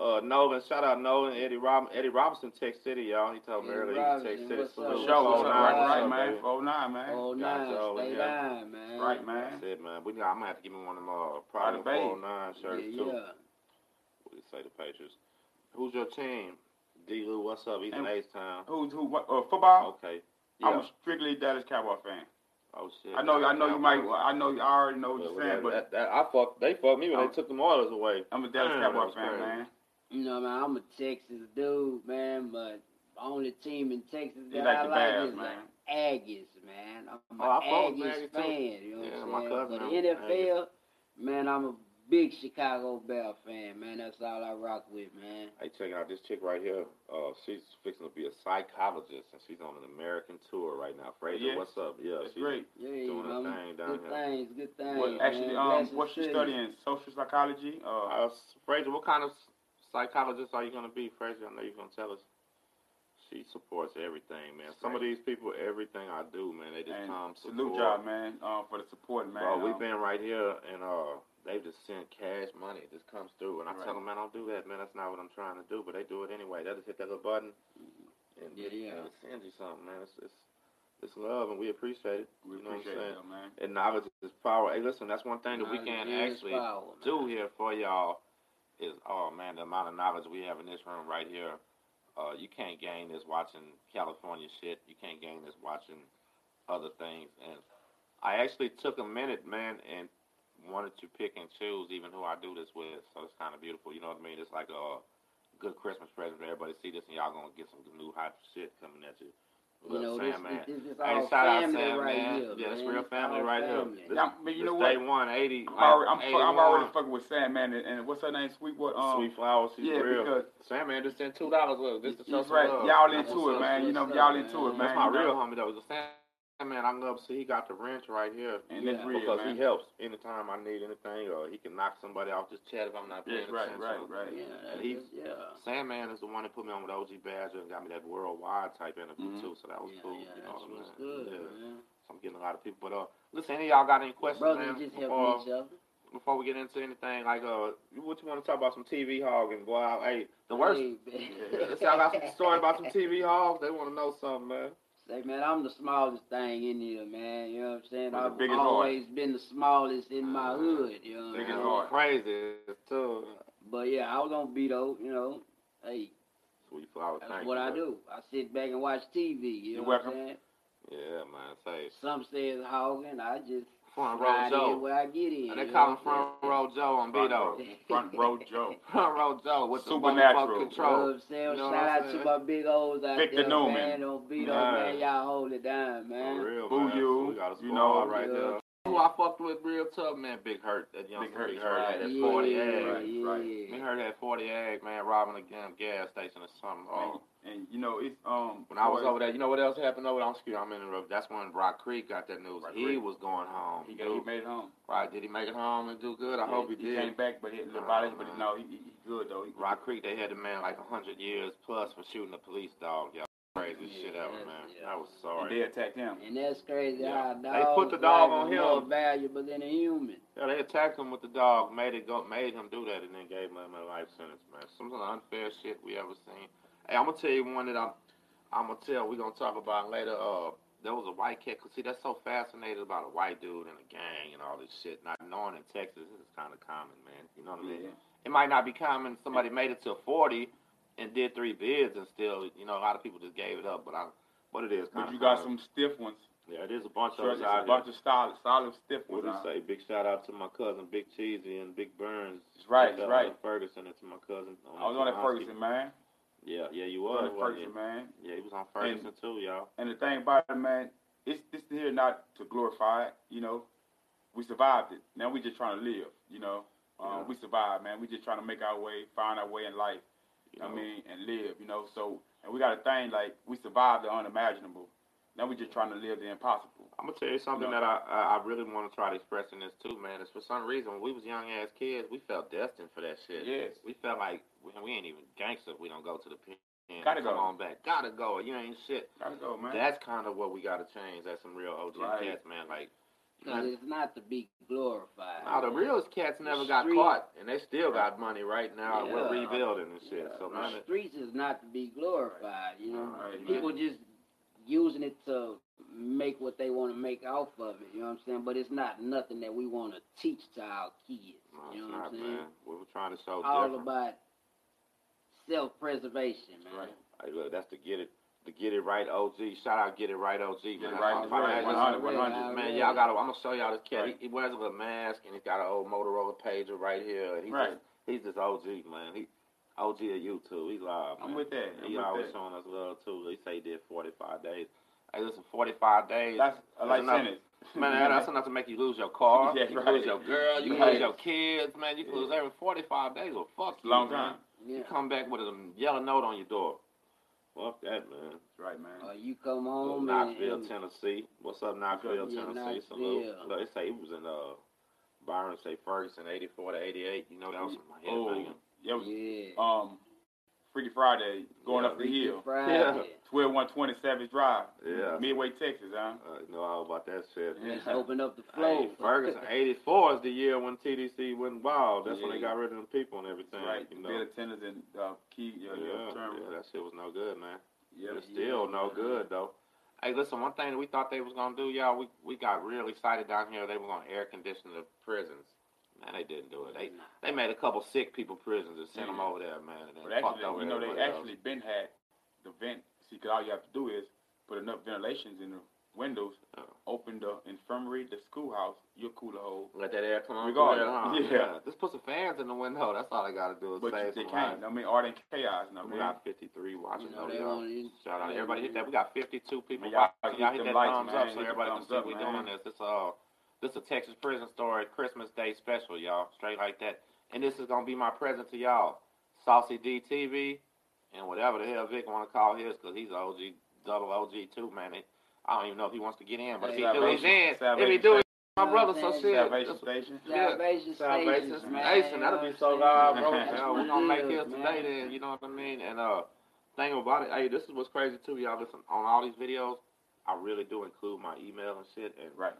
[SPEAKER 1] uh, Nolan, shout out Nolan, Eddie Rob, Eddie Robinson, Tech City, y'all. He told me
[SPEAKER 3] Eddie
[SPEAKER 1] earlier he's Tech
[SPEAKER 3] Robinson,
[SPEAKER 1] City.
[SPEAKER 3] what's up?
[SPEAKER 1] Salute.
[SPEAKER 2] For
[SPEAKER 3] Show
[SPEAKER 2] sure,
[SPEAKER 3] what's
[SPEAKER 2] what's
[SPEAKER 3] up,
[SPEAKER 2] up,
[SPEAKER 3] man?
[SPEAKER 2] right,
[SPEAKER 1] What's
[SPEAKER 2] right,
[SPEAKER 1] up,
[SPEAKER 2] man.
[SPEAKER 1] baby?
[SPEAKER 2] Four nine, man.
[SPEAKER 3] Oh
[SPEAKER 1] Got
[SPEAKER 3] nine,
[SPEAKER 1] y'all
[SPEAKER 3] stay
[SPEAKER 1] here.
[SPEAKER 3] down, man.
[SPEAKER 2] Right, man.
[SPEAKER 1] That's it, man. We, I'm gonna have to give me one of them uh, Pride
[SPEAKER 2] Pride Bay.
[SPEAKER 1] 409 shirts
[SPEAKER 3] Yeah,
[SPEAKER 1] too.
[SPEAKER 3] yeah.
[SPEAKER 1] We say the Patriots. Who's your team? D. Lou, what's up? He's in
[SPEAKER 2] And-
[SPEAKER 1] Ace Town.
[SPEAKER 2] Who's who? What, uh, football?
[SPEAKER 1] Okay.
[SPEAKER 2] I'm
[SPEAKER 1] Yeah.
[SPEAKER 2] a strictly Dallas Cowboy fan.
[SPEAKER 1] Oh shit.
[SPEAKER 2] I know, I know you might. I know I already know what
[SPEAKER 1] Well,
[SPEAKER 2] you're saying,
[SPEAKER 1] that,
[SPEAKER 2] but
[SPEAKER 1] that, that- I fucked. They fucked me when
[SPEAKER 2] I'm-
[SPEAKER 1] they took them Oilers away.
[SPEAKER 2] I'm a Dallas
[SPEAKER 1] Damn, that
[SPEAKER 2] Cowboy
[SPEAKER 1] was
[SPEAKER 2] fan,
[SPEAKER 1] crazy.
[SPEAKER 2] man.
[SPEAKER 3] You know, man, I'm a Texas dude, man, but only team in Texas
[SPEAKER 2] They
[SPEAKER 3] that
[SPEAKER 2] like
[SPEAKER 3] I
[SPEAKER 2] the
[SPEAKER 3] like
[SPEAKER 2] Bears,
[SPEAKER 3] is
[SPEAKER 2] man.
[SPEAKER 3] the Aggies, man. I'm an
[SPEAKER 1] Oh, I fuck with
[SPEAKER 3] Aggies
[SPEAKER 1] Aggies,
[SPEAKER 3] fan,
[SPEAKER 1] too.
[SPEAKER 3] you know
[SPEAKER 1] Yeah, my
[SPEAKER 3] what I'm
[SPEAKER 1] cousin,
[SPEAKER 3] saying? But
[SPEAKER 1] I'm
[SPEAKER 3] the NFL, man, I'm a big Chicago Bear fan, man. That's all I rock with, man.
[SPEAKER 1] Hey, check out this chick right here. Uh, she's fixing to be a psychologist, and she's on an American tour right now. Fraser,
[SPEAKER 2] Yeah.
[SPEAKER 1] what's up? Yeah,
[SPEAKER 2] That's
[SPEAKER 1] she's
[SPEAKER 2] great.
[SPEAKER 3] Yeah,
[SPEAKER 1] doing her
[SPEAKER 3] I'm-
[SPEAKER 1] thing down
[SPEAKER 3] good
[SPEAKER 1] here.
[SPEAKER 3] things, good things.
[SPEAKER 2] What, actually,
[SPEAKER 3] man.
[SPEAKER 2] um,
[SPEAKER 3] Blessings
[SPEAKER 2] what's she
[SPEAKER 3] to you.
[SPEAKER 2] studying? Social psychology. Uh,
[SPEAKER 1] Uh, s- Fraser, what kind of s- psychologist are you gonna be, Fraser? I know you're gonna tell us. She supports everything, man. Some of these people, everything I do, man, they just
[SPEAKER 2] and
[SPEAKER 1] come support.
[SPEAKER 2] salute y'all, man, uh, for the support, man.
[SPEAKER 1] Bro, we've
[SPEAKER 2] Um,
[SPEAKER 1] been right here, and uh, they just send cash money. It just comes through, and I
[SPEAKER 2] Right.
[SPEAKER 1] tell them, man, don't do that, man. That's not what I'm trying to do, but they do it anyway. They just hit that little button, and
[SPEAKER 3] Yeah, yeah.
[SPEAKER 1] and it sends you something, man. It's, it's it's love, and we appreciate it.
[SPEAKER 2] we
[SPEAKER 1] you know what I'm
[SPEAKER 2] appreciate
[SPEAKER 1] saying?
[SPEAKER 2] y'all, man.
[SPEAKER 1] And knowledge is power. Hey, listen, that's one thing that we
[SPEAKER 3] Knowledge
[SPEAKER 1] can
[SPEAKER 3] is
[SPEAKER 1] actually
[SPEAKER 3] power,
[SPEAKER 1] do
[SPEAKER 3] man.
[SPEAKER 1] here for y'all is, oh man, the amount of knowledge we have in this room right here. Uh, you can't gain this watching California shit. You can't gain this watching other things. And I actually took a minute, man, and wanted to pick and choose even who I do this with. So it's kind of beautiful. You know what I mean? It's like a good Christmas present for everybody. See this, and y'all gonna get some new hot shit coming at you.
[SPEAKER 3] You
[SPEAKER 1] Lil
[SPEAKER 3] know, this,
[SPEAKER 1] Sandman.
[SPEAKER 3] this, this is
[SPEAKER 1] Hey,
[SPEAKER 3] all
[SPEAKER 1] shout out
[SPEAKER 3] family
[SPEAKER 1] Sam,
[SPEAKER 3] right
[SPEAKER 1] man.
[SPEAKER 3] here,
[SPEAKER 1] Yeah,
[SPEAKER 3] man.
[SPEAKER 1] it's real
[SPEAKER 3] It's
[SPEAKER 1] family
[SPEAKER 3] all
[SPEAKER 1] right here.
[SPEAKER 3] family.
[SPEAKER 1] This-
[SPEAKER 2] Yeah, but you
[SPEAKER 1] This
[SPEAKER 2] know
[SPEAKER 1] day
[SPEAKER 2] what?
[SPEAKER 1] one, 80.
[SPEAKER 2] I'm already, I'm, fu- I'm
[SPEAKER 1] 81.
[SPEAKER 2] already fucking with Sandman and, and what's her name? Sweetwood. Um,
[SPEAKER 1] Sweet flowers, she's
[SPEAKER 2] yeah,
[SPEAKER 1] real.
[SPEAKER 2] because
[SPEAKER 1] Sam man just sent two dollars. Look, this is
[SPEAKER 2] he's
[SPEAKER 1] just
[SPEAKER 2] right.
[SPEAKER 1] love.
[SPEAKER 2] Y'all
[SPEAKER 3] That's
[SPEAKER 2] into it,
[SPEAKER 3] what's
[SPEAKER 2] man. You know,
[SPEAKER 3] up,
[SPEAKER 2] y'all
[SPEAKER 3] man.
[SPEAKER 2] into it, man.
[SPEAKER 1] That's my
[SPEAKER 2] You know?
[SPEAKER 1] real homie though. The Sam man, I love see he got the wrench right here.
[SPEAKER 2] And
[SPEAKER 3] Yeah.
[SPEAKER 2] that's real,
[SPEAKER 1] because
[SPEAKER 2] man.
[SPEAKER 1] he helps anytime I need anything, or he can knock somebody off just chat if I'm not paying
[SPEAKER 2] Yes, right,
[SPEAKER 1] attention.
[SPEAKER 2] right, right.
[SPEAKER 3] Yeah, that's,
[SPEAKER 1] He-
[SPEAKER 3] just- yeah.
[SPEAKER 1] Sandman is the one that put me on with OG Badger and got me that worldwide type interview
[SPEAKER 2] Mhm.
[SPEAKER 1] too, so that was
[SPEAKER 3] yeah,
[SPEAKER 1] cool.
[SPEAKER 3] yeah,
[SPEAKER 1] you know
[SPEAKER 3] that's
[SPEAKER 1] what
[SPEAKER 3] what's
[SPEAKER 1] I mean?
[SPEAKER 3] good,
[SPEAKER 1] Yeah.
[SPEAKER 3] man.
[SPEAKER 1] So I'm getting a lot of people. But uh, listen, any of y'all got any questions,
[SPEAKER 3] Brothers
[SPEAKER 1] man?
[SPEAKER 3] just
[SPEAKER 1] before-
[SPEAKER 3] helping each other.
[SPEAKER 1] before we get into anything, like uh, what you want to talk about? Some TV hogging, boy. I- Hey, the worst.
[SPEAKER 3] Hey,
[SPEAKER 1] Yeah, y'all got some story about some TV hogs. They want to know something, man.
[SPEAKER 3] Say, man, I'm the smallest thing in here, man. You know what I'm saying?
[SPEAKER 2] With the
[SPEAKER 3] I've
[SPEAKER 2] biggest
[SPEAKER 3] always been the smallest in my
[SPEAKER 1] Uh,
[SPEAKER 3] hood, you know what
[SPEAKER 1] Niggas
[SPEAKER 2] biggest
[SPEAKER 3] I'm saying?
[SPEAKER 2] heart.
[SPEAKER 1] going crazy too.
[SPEAKER 3] But yeah, I was on beat though, you know. Hey,
[SPEAKER 1] Sweet flower,
[SPEAKER 3] that's
[SPEAKER 1] thank
[SPEAKER 3] what
[SPEAKER 1] you.
[SPEAKER 3] I do. I sit back and watch TV, you
[SPEAKER 2] You're
[SPEAKER 3] know what
[SPEAKER 2] welcome.
[SPEAKER 3] I'm saying?
[SPEAKER 1] Yeah, man. Say
[SPEAKER 3] Some say it's hogging, I just
[SPEAKER 1] front row
[SPEAKER 3] ride in
[SPEAKER 1] Joe.
[SPEAKER 3] where I get in.
[SPEAKER 1] And they
[SPEAKER 3] you
[SPEAKER 1] call him
[SPEAKER 3] know
[SPEAKER 1] front
[SPEAKER 3] what I'm
[SPEAKER 1] row Joe on
[SPEAKER 2] Front
[SPEAKER 1] Beto.
[SPEAKER 2] row, front row Joe.
[SPEAKER 1] Front row Joe with the
[SPEAKER 2] Supernatural.
[SPEAKER 1] motherfucking
[SPEAKER 3] saying? You know what
[SPEAKER 1] control.
[SPEAKER 3] I'm saying?
[SPEAKER 1] You know what
[SPEAKER 3] Shout
[SPEAKER 1] I'm
[SPEAKER 3] out
[SPEAKER 1] saying?
[SPEAKER 3] to my big O's out
[SPEAKER 2] Victor
[SPEAKER 3] there,
[SPEAKER 2] Newman.
[SPEAKER 3] man. On beat
[SPEAKER 1] Yeah.
[SPEAKER 3] man, y'all hold it down,
[SPEAKER 1] For
[SPEAKER 3] man.
[SPEAKER 1] real,
[SPEAKER 2] Boo
[SPEAKER 1] man.
[SPEAKER 2] you,
[SPEAKER 1] We got a
[SPEAKER 2] you
[SPEAKER 1] squad
[SPEAKER 2] know.
[SPEAKER 1] right
[SPEAKER 3] Yeah.
[SPEAKER 1] there. Who I fucked with real tough, man. Big Hurt. That young
[SPEAKER 2] Big
[SPEAKER 1] Big
[SPEAKER 2] Hurt,
[SPEAKER 1] Hurt. Big Hurt had
[SPEAKER 2] right.
[SPEAKER 1] that
[SPEAKER 3] yeah,
[SPEAKER 1] 40
[SPEAKER 3] yeah,
[SPEAKER 1] egg.
[SPEAKER 2] right, right.
[SPEAKER 1] Me heard that 40 egg, man, robbing a damn gas station or something. Oh,
[SPEAKER 2] And, and you know it's um.
[SPEAKER 1] when I was
[SPEAKER 2] boy,
[SPEAKER 1] over there, you know what else happened over there? I'm screwed. I'm in the rough. That's when Rock Creek got that news.
[SPEAKER 2] Rock
[SPEAKER 1] he
[SPEAKER 2] Creek.
[SPEAKER 1] was going home.
[SPEAKER 2] he, got, he
[SPEAKER 1] dude.
[SPEAKER 2] made it home.
[SPEAKER 1] right. Did he make it home and do good? I hope he, did.
[SPEAKER 2] came back, but he had a little
[SPEAKER 1] Oh,
[SPEAKER 2] violation, but
[SPEAKER 1] man.
[SPEAKER 2] no, he, he he good though. He,
[SPEAKER 1] Rock Creek, they had the man like 100 years plus for shooting a police dog. Y'all crazy
[SPEAKER 3] Yeah,
[SPEAKER 1] shit ever,
[SPEAKER 3] that's-
[SPEAKER 1] man.
[SPEAKER 3] yeah.
[SPEAKER 1] I was
[SPEAKER 2] and
[SPEAKER 1] sorry.
[SPEAKER 2] they attacked him.
[SPEAKER 3] And that's crazy
[SPEAKER 1] Yeah.
[SPEAKER 3] how a
[SPEAKER 1] They
[SPEAKER 3] dog
[SPEAKER 1] put the dog on him.
[SPEAKER 3] more valuable than a human.
[SPEAKER 1] Yeah, they attacked him with the dog, made it go, made him do that, and then gave him a life sentence, man. Some of the unfair shit we ever seen. Hey, I'm gonna tell you one that I'm, I'm gonna tell. We gonna talk about later. Uh, there was a white cat. Cause see, that's so fascinated about a white dude and a gang and all this shit. Not knowing in Texas, this is kind of common, man. You know what I mean?
[SPEAKER 2] Yeah.
[SPEAKER 1] It might not be common. Somebody made it to 40 and did three bids, and still, you know, a lot of people just gave it up. But I, but it is.
[SPEAKER 2] But
[SPEAKER 1] kinda
[SPEAKER 2] you got
[SPEAKER 1] common.
[SPEAKER 2] some stiff ones.
[SPEAKER 1] Yeah, it is a bunch of
[SPEAKER 2] Sure,
[SPEAKER 1] us
[SPEAKER 2] it's
[SPEAKER 1] out
[SPEAKER 2] a
[SPEAKER 1] here.
[SPEAKER 2] bunch of solid, solid stiff
[SPEAKER 1] What
[SPEAKER 2] ones. uh,
[SPEAKER 1] do you say?
[SPEAKER 2] out.
[SPEAKER 1] Big shout out to my cousin Big Cheesy and Big Burns.
[SPEAKER 2] That's right,
[SPEAKER 1] Big,
[SPEAKER 2] that's
[SPEAKER 1] uh,
[SPEAKER 2] right.
[SPEAKER 1] Ferguson and to my cousin.
[SPEAKER 2] I was on that
[SPEAKER 1] Okonomski.
[SPEAKER 2] Ferguson, man.
[SPEAKER 1] Yeah, yeah, you
[SPEAKER 2] I was
[SPEAKER 1] was.
[SPEAKER 2] on
[SPEAKER 1] wasn't
[SPEAKER 2] that Ferguson, man.
[SPEAKER 1] you? Yeah, he was on Ferguson too, y'all.
[SPEAKER 2] And the thing about it, man, it's this here not to glorify it, you know. We survived it. Now we just trying to live, you know.
[SPEAKER 1] Yeah.
[SPEAKER 2] Um, We survived, man. We just trying to make our way, find our way in life.
[SPEAKER 1] You
[SPEAKER 2] I
[SPEAKER 1] know?
[SPEAKER 2] mean, and live, you know. So, and we got a thing like we survived the unimaginable. Now we just trying to live the impossible.
[SPEAKER 1] I'm gonna tell you something
[SPEAKER 2] No.
[SPEAKER 1] that I, I I really want to try to express in this too, man. Is for some reason when we was young ass kids, we felt destined for that shit.
[SPEAKER 2] Yes.
[SPEAKER 1] We felt like we, we ain't even gangster. if We don't go to the pen.
[SPEAKER 2] Gotta
[SPEAKER 1] come
[SPEAKER 2] go.
[SPEAKER 1] on back. Gotta go. You ain't shit.
[SPEAKER 2] Gotta go, man.
[SPEAKER 1] That's kind of what we gotta change. That's some real OG
[SPEAKER 2] Right.
[SPEAKER 1] cats, man. Like. you
[SPEAKER 3] Because
[SPEAKER 1] know,
[SPEAKER 3] it's not to be glorified.
[SPEAKER 1] Now the realest cats never got
[SPEAKER 3] Street.
[SPEAKER 1] caught, and they still got money right now. and We're
[SPEAKER 3] Yeah.
[SPEAKER 1] rebuilding and shit.
[SPEAKER 3] Yeah,
[SPEAKER 1] so
[SPEAKER 3] the
[SPEAKER 1] man, it-
[SPEAKER 3] streets is not to be glorified. You know,
[SPEAKER 2] Right,
[SPEAKER 3] people just using it to make what they want to make off of it. You know what I'm saying? But it's not nothing that we want to teach to our kids.
[SPEAKER 1] no,
[SPEAKER 3] you
[SPEAKER 1] it's
[SPEAKER 3] know what
[SPEAKER 1] not,
[SPEAKER 3] I'm saying?
[SPEAKER 1] man. We were trying to show
[SPEAKER 3] All
[SPEAKER 1] different.
[SPEAKER 3] about self-preservation, man.
[SPEAKER 2] Right.
[SPEAKER 1] Hey, look, that's the get it, the get it right OG. Shout out, get it right OG. Man,
[SPEAKER 2] Get It
[SPEAKER 1] That's
[SPEAKER 2] Right,
[SPEAKER 1] my-
[SPEAKER 2] Get It
[SPEAKER 1] my man,
[SPEAKER 2] Right,
[SPEAKER 3] Already,
[SPEAKER 2] 100,
[SPEAKER 3] already,
[SPEAKER 2] 100.
[SPEAKER 1] Man,
[SPEAKER 3] already.
[SPEAKER 1] y'all gotta. I'm gonna show y'all this cat.
[SPEAKER 2] Right.
[SPEAKER 1] He, he wears a little mask and he's got an old Motorola pager right here. And he's
[SPEAKER 2] Right.
[SPEAKER 1] just, he's just OG, man. He OG of YouTube. He's live.
[SPEAKER 2] I'm
[SPEAKER 1] man.
[SPEAKER 2] with that. I'm
[SPEAKER 1] He
[SPEAKER 2] with
[SPEAKER 1] always
[SPEAKER 2] that.
[SPEAKER 1] showing us love too. They say he did 45 days. Hey, listen, 45 days.
[SPEAKER 2] That's a life
[SPEAKER 1] enough.
[SPEAKER 2] sentence.
[SPEAKER 1] Man, that- that's enough to make you lose your car.
[SPEAKER 2] Yeah,
[SPEAKER 1] you
[SPEAKER 2] right.
[SPEAKER 1] can lose your girl. You can
[SPEAKER 2] Right.
[SPEAKER 1] lose your kids, man. You can lose every 45 days. Well, fuck
[SPEAKER 2] It's a
[SPEAKER 1] you,
[SPEAKER 2] long
[SPEAKER 1] man.
[SPEAKER 2] time.
[SPEAKER 1] You
[SPEAKER 3] Yeah.
[SPEAKER 1] come back with a yellow note on your door. Fuck that, man.
[SPEAKER 2] That's right, man.
[SPEAKER 3] Or Uh, you come
[SPEAKER 2] Oh,
[SPEAKER 3] home
[SPEAKER 1] Knoxville,
[SPEAKER 3] and, and
[SPEAKER 1] Tennessee. What's up, Knoxville,
[SPEAKER 3] Yeah,
[SPEAKER 1] Tennessee? Salute.
[SPEAKER 3] Knoxville.
[SPEAKER 1] Look, They say he was in uh, Byron, say Ferguson, 84 to 88. You know, that was my head
[SPEAKER 2] Oh,
[SPEAKER 1] banging.
[SPEAKER 2] yeah. it was,
[SPEAKER 3] yeah,
[SPEAKER 2] Um, Freaky Friday going
[SPEAKER 1] Yeah.
[SPEAKER 2] up the
[SPEAKER 3] Freaky
[SPEAKER 2] hill.
[SPEAKER 3] Friday.
[SPEAKER 2] Twelve one twenty Savage Drive.
[SPEAKER 1] Yeah.
[SPEAKER 2] Midway, Texas, huh?
[SPEAKER 1] Uh, you know all about that shit.
[SPEAKER 2] Yeah.
[SPEAKER 3] Let's open up the flow.
[SPEAKER 1] Hey, Ferguson, 84 is the year when TDC went wild. That's when they
[SPEAKER 2] Yeah.
[SPEAKER 1] got rid of the people and everything.
[SPEAKER 2] Right.
[SPEAKER 1] You
[SPEAKER 2] Bill
[SPEAKER 1] know.
[SPEAKER 2] attenders and uh, Key. Yeah,
[SPEAKER 1] yeah,
[SPEAKER 2] yeah. turn-
[SPEAKER 1] yeah, that shit was no good, man.
[SPEAKER 2] yeah.
[SPEAKER 1] It's still no good though. Hey, listen, one thing that we thought they was gonna do, y'all, we, we got real excited down here. They were gonna air condition the prisons. Man, they didn't do it. They they made a couple sick people prisons and sent them
[SPEAKER 2] Yeah.
[SPEAKER 1] over there, man. And
[SPEAKER 2] But
[SPEAKER 1] then fucked over
[SPEAKER 2] actually, you know, they
[SPEAKER 1] everybody else.
[SPEAKER 2] actually been had the vent. See, 'cause all you have to do is put enough ventilations in the windows,
[SPEAKER 1] Yeah.
[SPEAKER 2] open the infirmary, the schoolhouse, your cooler hole.
[SPEAKER 1] let that air come on.
[SPEAKER 2] Regardless.
[SPEAKER 1] Huh?
[SPEAKER 2] Yeah.
[SPEAKER 1] just put some fans in the window. That's all I gotta do is
[SPEAKER 2] But
[SPEAKER 1] save
[SPEAKER 2] they
[SPEAKER 1] some
[SPEAKER 2] can't.
[SPEAKER 1] lives.
[SPEAKER 2] I mean, all that chaos. and I
[SPEAKER 1] We
[SPEAKER 2] mean,
[SPEAKER 1] got 53 watching
[SPEAKER 3] You know,
[SPEAKER 1] though,
[SPEAKER 3] they
[SPEAKER 1] y'all.
[SPEAKER 3] wanna-
[SPEAKER 1] Shout out
[SPEAKER 3] they
[SPEAKER 1] everybody hit
[SPEAKER 3] wanna-
[SPEAKER 1] that. We got 52 people
[SPEAKER 2] Man, y'all
[SPEAKER 1] watching.
[SPEAKER 2] hit
[SPEAKER 1] Y'all hit
[SPEAKER 2] them
[SPEAKER 1] that
[SPEAKER 2] lights,
[SPEAKER 1] thumbs
[SPEAKER 2] man.
[SPEAKER 1] up
[SPEAKER 2] Hit
[SPEAKER 1] so
[SPEAKER 2] them
[SPEAKER 1] everybody can
[SPEAKER 2] thumbs
[SPEAKER 1] see
[SPEAKER 2] up,
[SPEAKER 1] we
[SPEAKER 2] man.
[SPEAKER 1] doing this. This uh, this a Texas prison story Christmas Day special, y'all. Straight like that. And this is gonna be my present to y'all, Saucy D TV, and whatever the hell Vic wanna call his, cause he's a OG double OG too, man. It, I don't even know if he wants to get in, but if he do,
[SPEAKER 2] Salvation.
[SPEAKER 1] he's in. If he
[SPEAKER 2] Salvation
[SPEAKER 1] do,
[SPEAKER 2] Station.
[SPEAKER 1] he's my brother. So shit.
[SPEAKER 2] Salvation Station.
[SPEAKER 1] Yeah.
[SPEAKER 3] Salvation
[SPEAKER 1] Salvation
[SPEAKER 3] Stations,
[SPEAKER 1] Station.
[SPEAKER 3] man.
[SPEAKER 1] That'll be so
[SPEAKER 3] you know
[SPEAKER 1] loud,
[SPEAKER 3] what
[SPEAKER 1] bro.
[SPEAKER 3] I'm saying?
[SPEAKER 1] Yeah,
[SPEAKER 3] That's
[SPEAKER 1] we're gonna
[SPEAKER 3] what
[SPEAKER 1] make
[SPEAKER 3] it
[SPEAKER 1] here
[SPEAKER 3] is,
[SPEAKER 1] today,
[SPEAKER 3] man.
[SPEAKER 1] then. You know what I mean? And uh, thing about it, hey, this is what's crazy too, y'all. Listen, on all these videos, I really do include my email and shit. And
[SPEAKER 2] Right.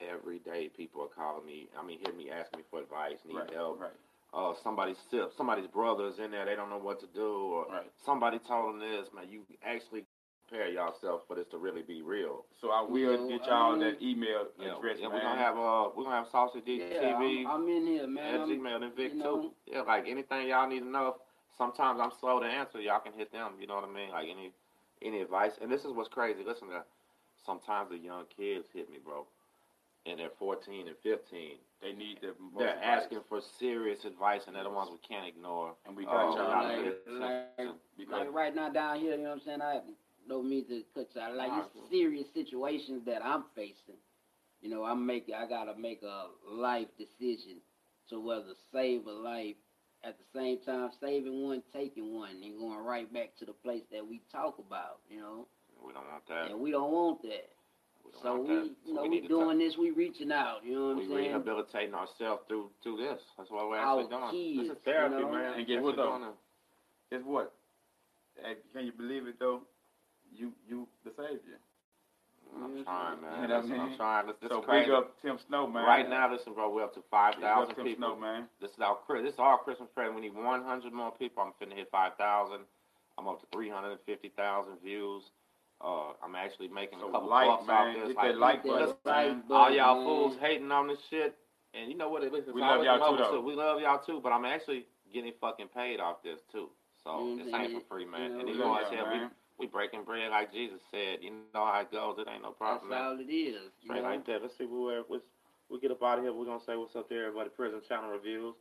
[SPEAKER 1] every day, people are calling me. I mean, hit me, asking me for advice, need
[SPEAKER 2] Right.
[SPEAKER 1] help.
[SPEAKER 2] Right.
[SPEAKER 1] uh, somebody's sip, somebody's brother's in there, they don't know what to do, or
[SPEAKER 2] Right.
[SPEAKER 1] somebody told them this, man, you actually prepare yourself for this to really be real.
[SPEAKER 2] So I will
[SPEAKER 3] So,
[SPEAKER 2] get y'all
[SPEAKER 3] um,
[SPEAKER 2] that email
[SPEAKER 1] You know,
[SPEAKER 2] address,
[SPEAKER 1] yeah,
[SPEAKER 2] man.
[SPEAKER 1] we're gonna have uh, we're gonna have Sausage D
[SPEAKER 3] Yeah,
[SPEAKER 1] TV
[SPEAKER 3] I'm, I'm in here, man.
[SPEAKER 1] and
[SPEAKER 3] I'm-
[SPEAKER 1] Gmail and Vic
[SPEAKER 3] Um, you
[SPEAKER 1] too.
[SPEAKER 3] know.
[SPEAKER 1] Yeah, like anything y'all need to know. Sometimes I'm slow to answer, y'all can hit them. You know what I mean? Like any any advice. And this is what's crazy. Listen, to, sometimes the young kids hit me, bro, and they're 14 and 15.
[SPEAKER 2] they need the most
[SPEAKER 1] They're
[SPEAKER 2] advice.
[SPEAKER 1] asking for serious advice, and they're the ones we can't ignore.
[SPEAKER 2] and we got
[SPEAKER 1] Oh,
[SPEAKER 2] y'all
[SPEAKER 1] yeah.
[SPEAKER 2] there
[SPEAKER 3] like, like,
[SPEAKER 2] because
[SPEAKER 3] like right now down here, you know what I'm saying? I don't mean to cut you out. Like
[SPEAKER 1] Nah,
[SPEAKER 3] it's
[SPEAKER 1] it's cool.
[SPEAKER 3] serious situations that I'm facing. You know, I'm making. I gotta make a life decision to whether save a life. At the same time, saving one, taking one, and going right back to the place that we talk about. You know,
[SPEAKER 1] We don't want that.
[SPEAKER 3] and we don't want that.
[SPEAKER 1] We don't
[SPEAKER 3] So
[SPEAKER 1] want
[SPEAKER 3] we,
[SPEAKER 1] that.
[SPEAKER 3] you know,
[SPEAKER 1] we
[SPEAKER 3] we,
[SPEAKER 1] need to
[SPEAKER 3] doing this. We reaching out. You know
[SPEAKER 1] talk-
[SPEAKER 3] what
[SPEAKER 1] we
[SPEAKER 3] I'm saying?
[SPEAKER 1] rehabilitating ourselves through through this. That's what we're
[SPEAKER 3] Our
[SPEAKER 1] actually doing. this
[SPEAKER 3] kids,
[SPEAKER 1] is therapy,
[SPEAKER 3] you know?
[SPEAKER 1] man.
[SPEAKER 2] And guess
[SPEAKER 1] That's
[SPEAKER 2] what, though?
[SPEAKER 1] doing it.
[SPEAKER 2] guess what? Hey, Can you believe it though? You you the savior.
[SPEAKER 1] I'm
[SPEAKER 3] Yeah.
[SPEAKER 1] trying, man.
[SPEAKER 2] You know what I
[SPEAKER 1] Listen, I'm
[SPEAKER 2] mean?
[SPEAKER 1] trying. This, this
[SPEAKER 2] so
[SPEAKER 1] is crazy.
[SPEAKER 2] big up Tim Snow, man.
[SPEAKER 1] Right now, listen, bro, we're up to five
[SPEAKER 2] big
[SPEAKER 1] thousand
[SPEAKER 2] up Tim
[SPEAKER 1] people.
[SPEAKER 2] Snow, man.
[SPEAKER 1] This is our Chris- this is our Christmas present. We need one hundred more people. I'm finna hit five thousand. I'm up to three hundred and fifty thousand views. Uh, I'm actually making
[SPEAKER 2] So
[SPEAKER 1] a couple
[SPEAKER 2] like,
[SPEAKER 1] bucks
[SPEAKER 2] man.
[SPEAKER 1] off this.
[SPEAKER 2] Hit that like
[SPEAKER 3] Hit
[SPEAKER 1] listen,
[SPEAKER 2] button,
[SPEAKER 1] all
[SPEAKER 2] man.
[SPEAKER 3] that like button,
[SPEAKER 1] y'all
[SPEAKER 3] man.
[SPEAKER 1] fools hating on this shit. And you know what? It, it's
[SPEAKER 2] We
[SPEAKER 1] always
[SPEAKER 2] love y'all
[SPEAKER 1] some
[SPEAKER 2] too,
[SPEAKER 1] other-
[SPEAKER 2] though.
[SPEAKER 1] We love y'all too, but I'm actually getting fucking paid off this too. So
[SPEAKER 3] Mhm.
[SPEAKER 1] this ain't for free, man.
[SPEAKER 3] Yeah,
[SPEAKER 1] and
[SPEAKER 3] we
[SPEAKER 1] these
[SPEAKER 2] love
[SPEAKER 1] boys
[SPEAKER 2] y'all,
[SPEAKER 1] here, we
[SPEAKER 2] man.
[SPEAKER 1] we breaking bread like Jesus said. You know how it goes. It ain't no
[SPEAKER 3] That's
[SPEAKER 1] problem, man.
[SPEAKER 3] all it is. You
[SPEAKER 1] Straight
[SPEAKER 3] know?
[SPEAKER 1] like that. Let's see where we we get up out of here. We're gonna say what's up to everybody. Prison Channel reviews.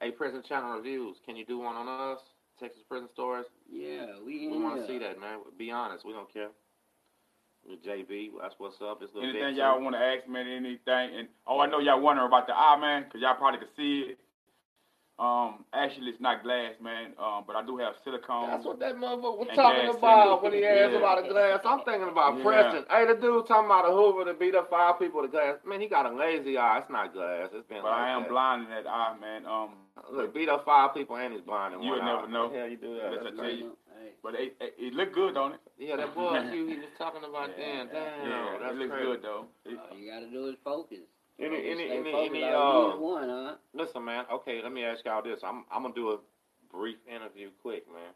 [SPEAKER 1] Hey, Prison Channel reviews. Can you do one on us? Texas prison stories.
[SPEAKER 3] Yeah, we.
[SPEAKER 1] We
[SPEAKER 3] in
[SPEAKER 1] want
[SPEAKER 3] here.
[SPEAKER 1] to see that, man. Be honest. We don't care. With JB, that's what's up. It's little
[SPEAKER 2] Anything
[SPEAKER 1] Vic,
[SPEAKER 2] y'all
[SPEAKER 1] too.
[SPEAKER 2] want to ask, man, anything. And oh, I know y'all wondering about the eye, man, because y'all probably could see it. Um, actually, it's not glass, man. Um, but I do have silicone.
[SPEAKER 1] That's what that motherfucker was
[SPEAKER 2] And
[SPEAKER 1] talking
[SPEAKER 2] glass,
[SPEAKER 1] about
[SPEAKER 2] too.
[SPEAKER 1] when he asked
[SPEAKER 2] Yeah.
[SPEAKER 1] about the glass. I'm thinking about
[SPEAKER 2] Yeah.
[SPEAKER 1] Preston. Hey, the dude talking about a Hoover to beat up five people with a glass. Man, he got a lazy eye. It's not glass. It's been
[SPEAKER 2] But
[SPEAKER 1] like
[SPEAKER 2] I am
[SPEAKER 1] that.
[SPEAKER 2] blind in that eye, man. Um,
[SPEAKER 1] Look, beat up five people and he's blind in
[SPEAKER 2] You
[SPEAKER 1] one
[SPEAKER 2] would
[SPEAKER 1] eye.
[SPEAKER 2] never know.
[SPEAKER 1] Yeah, you do
[SPEAKER 2] That's
[SPEAKER 1] that.
[SPEAKER 2] what
[SPEAKER 1] That's
[SPEAKER 2] I
[SPEAKER 1] crazy.
[SPEAKER 2] tell you.
[SPEAKER 3] Hey.
[SPEAKER 2] but it, it, it looked good, don't it?
[SPEAKER 1] Yeah, that was you. He was talking about
[SPEAKER 2] Yeah,
[SPEAKER 1] then. Damn,
[SPEAKER 2] yeah,
[SPEAKER 1] that's
[SPEAKER 2] it looks
[SPEAKER 1] crazy. Uh,
[SPEAKER 2] good though. It-
[SPEAKER 3] All you gotta do is focus.
[SPEAKER 1] Any,
[SPEAKER 3] Focus,
[SPEAKER 1] any,
[SPEAKER 3] stay
[SPEAKER 1] any,
[SPEAKER 3] focused.
[SPEAKER 1] any.
[SPEAKER 3] All you need is
[SPEAKER 1] Uh,
[SPEAKER 3] one, huh?
[SPEAKER 1] listen, man. Okay, let me ask y'all this. I'm, I'm gonna do a brief interview, quick, man.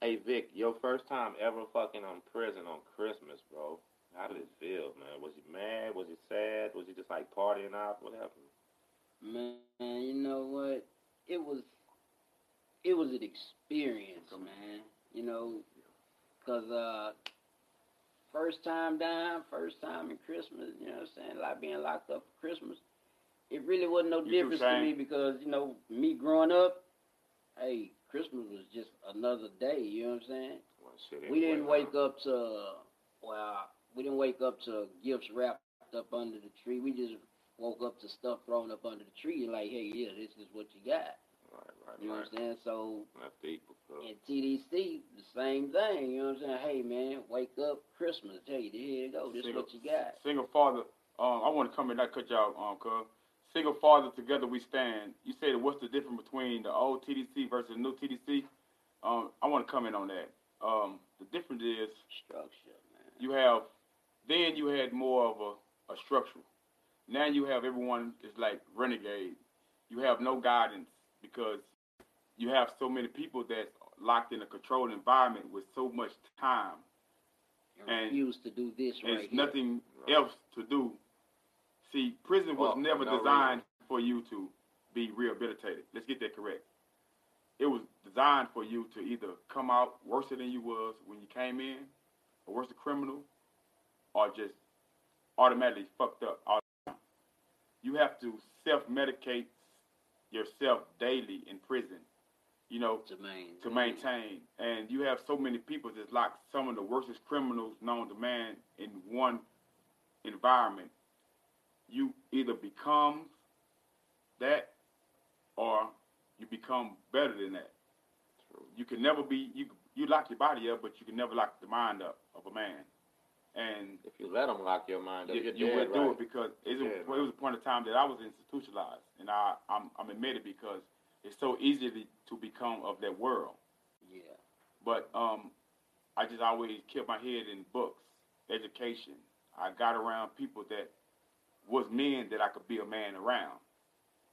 [SPEAKER 1] Hey, Vic, your first time ever fucking on prison on Christmas, bro. How did it feel, man? Was you mad? Was you sad? Was you just like partying out? What happened?
[SPEAKER 3] Man, you know what? It was, it was an experience, man. You know, cause uh, first time down, first time in Christmas. You know what I'm saying? Like being locked up for Christmas, it really wasn't no
[SPEAKER 2] You too,
[SPEAKER 3] difference to
[SPEAKER 2] Shane.
[SPEAKER 3] me because you know me growing up, hey, Christmas was just another day. You know what I'm saying?
[SPEAKER 1] Well, shit,
[SPEAKER 3] We didn't
[SPEAKER 1] anyway,
[SPEAKER 3] wake up to well, we didn't wake up to gifts wrapped up under the tree. We just woke up to stuff thrown up under the tree and like, hey, yeah, this is what you got.
[SPEAKER 1] Right,
[SPEAKER 3] You
[SPEAKER 1] right, right.
[SPEAKER 3] know what I'm saying? So
[SPEAKER 1] That's deep. bro.
[SPEAKER 3] in TDC, the same thing. You know what I'm saying? Hey, man, wake up, Christmas. Hey, here you go. This is
[SPEAKER 2] Single-
[SPEAKER 3] what you got.
[SPEAKER 2] Single father. Um, I want to come in. Not cut y'all, um, cuz. Single father, together we stand. You said what's the difference between the old TDC versus the new TDC? Um, I want to comment on that. Um, the difference is
[SPEAKER 3] Structure, man.
[SPEAKER 2] you have then you had more of a, a structure. Now you have everyone is like renegade. You have no guidance because you have so many people that's locked in a controlled environment with so much time
[SPEAKER 3] And
[SPEAKER 2] And-
[SPEAKER 3] refuse to do this
[SPEAKER 2] and
[SPEAKER 3] right
[SPEAKER 2] it's nothing else to do. See, prison was
[SPEAKER 1] Well,
[SPEAKER 2] never
[SPEAKER 1] no
[SPEAKER 2] designed for you to be rehabilitated. Let's get that correct. It was designed for you to either come out worse than you was when you came in, a worse criminal, or just automatically fucked up. all the time. You have to self-medicate yourself daily in prison. You know,
[SPEAKER 3] here to maintain.
[SPEAKER 2] to maintain. And you have so many people that's like some of the worstest criminals known to man in one environment. You either become that or you become better than that. You can never be you you lock your body up, but you can never lock the mind up of a man. And
[SPEAKER 1] If you let them lock your mind up,
[SPEAKER 2] you,
[SPEAKER 1] you're
[SPEAKER 2] you
[SPEAKER 1] dead,
[SPEAKER 2] would do
[SPEAKER 1] right?
[SPEAKER 2] it because it's
[SPEAKER 1] You're dead
[SPEAKER 2] a, well, it was a point of time that I was institutionalized, and I I'm, I'm admitted because it's so easy to, to become of that world.
[SPEAKER 3] Yeah.
[SPEAKER 2] But um, I just always kept my head in books, education. I got around people that was men that I could be a man around,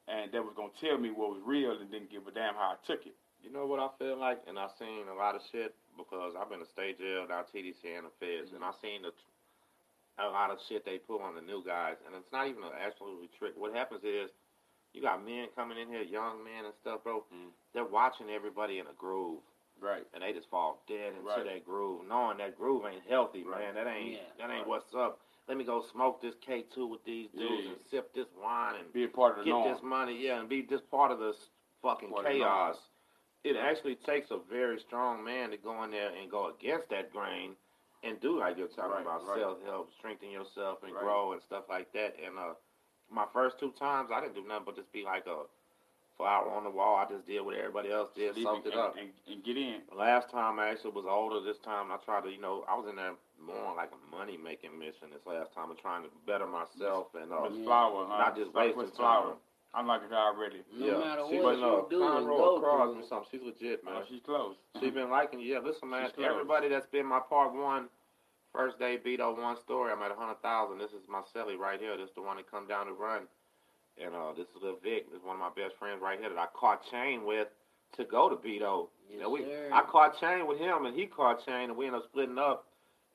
[SPEAKER 2] and that was gonna tell me what was real and didn't give a damn how I took it.
[SPEAKER 1] You know what I feel like, and I've seen a lot of shit because I've been to state jail, now TDC and the feds,
[SPEAKER 2] Mm-hmm.
[SPEAKER 1] and I've seen the a lot of shit they pull on the new guys, and it's not even an absolutely trick. What happens is you got men coming in here, young men and stuff, bro.
[SPEAKER 2] Mhm.
[SPEAKER 1] They're watching everybody in a groove,
[SPEAKER 2] Right.
[SPEAKER 1] and they just fall dead into
[SPEAKER 2] Right.
[SPEAKER 1] that groove, knowing that groove ain't healthy,
[SPEAKER 2] Right.
[SPEAKER 1] man. That ain't
[SPEAKER 3] Yeah.
[SPEAKER 1] that ain't
[SPEAKER 2] Right.
[SPEAKER 1] what's up. Let me go smoke this K two with these dudes
[SPEAKER 2] Yeah.
[SPEAKER 1] and sip this wine and
[SPEAKER 2] Be a part of the
[SPEAKER 1] get
[SPEAKER 2] norm.
[SPEAKER 1] this money, yeah, and be just part of this fucking
[SPEAKER 2] Part of the
[SPEAKER 1] chaos.
[SPEAKER 2] norm.
[SPEAKER 1] It actually takes a very strong man to go in there and go against that grain and do like you're talking
[SPEAKER 2] Right,
[SPEAKER 1] about
[SPEAKER 2] right.
[SPEAKER 1] self help, strengthen yourself and
[SPEAKER 2] Right.
[SPEAKER 1] grow and stuff like that. And uh my first two times I didn't do nothing but just be like a flower on the wall. I just did what everybody else did,
[SPEAKER 2] Leave
[SPEAKER 1] soaked
[SPEAKER 2] and,
[SPEAKER 1] it up.
[SPEAKER 2] and, and get in.
[SPEAKER 1] Last time I actually was older. This time I tried to, you know, I was in there more on like a money making mission. This last time, and trying to better myself and uh,
[SPEAKER 2] Miss
[SPEAKER 3] yeah.
[SPEAKER 2] Flower, huh?
[SPEAKER 1] not just
[SPEAKER 2] Like
[SPEAKER 1] wasting
[SPEAKER 2] Miss
[SPEAKER 1] time.
[SPEAKER 2] Flower. I'm liking her already.
[SPEAKER 3] No matter
[SPEAKER 1] she's
[SPEAKER 3] what
[SPEAKER 1] been,
[SPEAKER 3] you
[SPEAKER 1] uh,
[SPEAKER 3] do and
[SPEAKER 1] Conroe
[SPEAKER 3] go
[SPEAKER 1] Cross
[SPEAKER 3] through.
[SPEAKER 1] or something. She's legit, man.
[SPEAKER 2] Oh, she's close.
[SPEAKER 1] She's been liking you. Yeah, listen, man.
[SPEAKER 2] She's close.
[SPEAKER 1] everybody that's been my part one, first day beat on one story. I'm at a hundred thousand. This is my celly right here. This is the one that come down to run, and uh, this is Lil Vic. This is one of my best friends right here that I caught chain with to go to Beto.
[SPEAKER 3] Yes,
[SPEAKER 1] we,
[SPEAKER 3] sir.
[SPEAKER 1] I caught chain with him, and he caught chain, and we end up splitting up,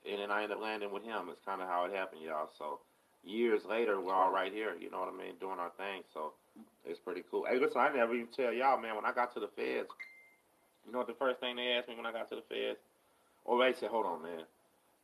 [SPEAKER 1] and then I end up landing with him. It's kind of how it happened, y'all. So years later, we're all right here. You know what I mean, doing our thing. So it's pretty cool. Hey, listen, I never even tell y'all, man. When I got to the feds, you know what the first thing they asked me when I got to the feds? Or they said, "Hold on, man,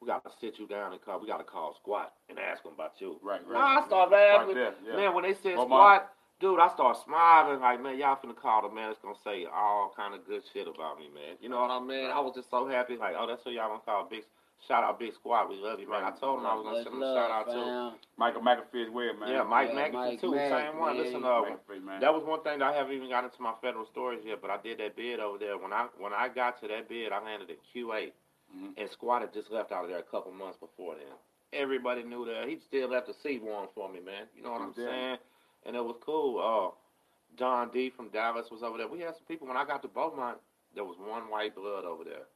[SPEAKER 1] we got to sit you down and call. We got to call squat and ask them about you."
[SPEAKER 2] Right, right.
[SPEAKER 1] Nah, I started
[SPEAKER 2] Right
[SPEAKER 1] laughing.
[SPEAKER 2] there, yeah.
[SPEAKER 1] Man, when they said
[SPEAKER 2] Well, my-
[SPEAKER 1] squat, dude, I start smiling like, man, y'all finna call the man that's gonna say all kind of good shit about me, man. You know what I mean? I was just so happy, like, oh, that's who y'all gonna call, big. Shout out, big squad, we love you, man. I told him I was gonna
[SPEAKER 3] Much
[SPEAKER 1] send him a
[SPEAKER 3] love,
[SPEAKER 1] shout out too.
[SPEAKER 3] fam.
[SPEAKER 2] Michael McAfee's well, man.
[SPEAKER 1] Yeah, Mike
[SPEAKER 3] Yeah,
[SPEAKER 1] yeah,
[SPEAKER 3] Mike
[SPEAKER 1] too,
[SPEAKER 3] Mack,
[SPEAKER 1] same one.
[SPEAKER 3] man.
[SPEAKER 1] Listen, uh,
[SPEAKER 2] McAfee, man.
[SPEAKER 1] that was one thing that I haven't even gotten into my federal stories yet, but I did that bid over there. When I when I got to that bid, I landed at Q8,
[SPEAKER 2] Mhm.
[SPEAKER 1] and Squad had just left out of there a couple months before then. Everybody knew that he still left a seat warm for me, man. You know what I'm
[SPEAKER 2] Yeah.
[SPEAKER 1] saying? And it was cool. Uh, Don D from Dallas was over there. We had some people when I got to Beaumont. There was one white blood over there,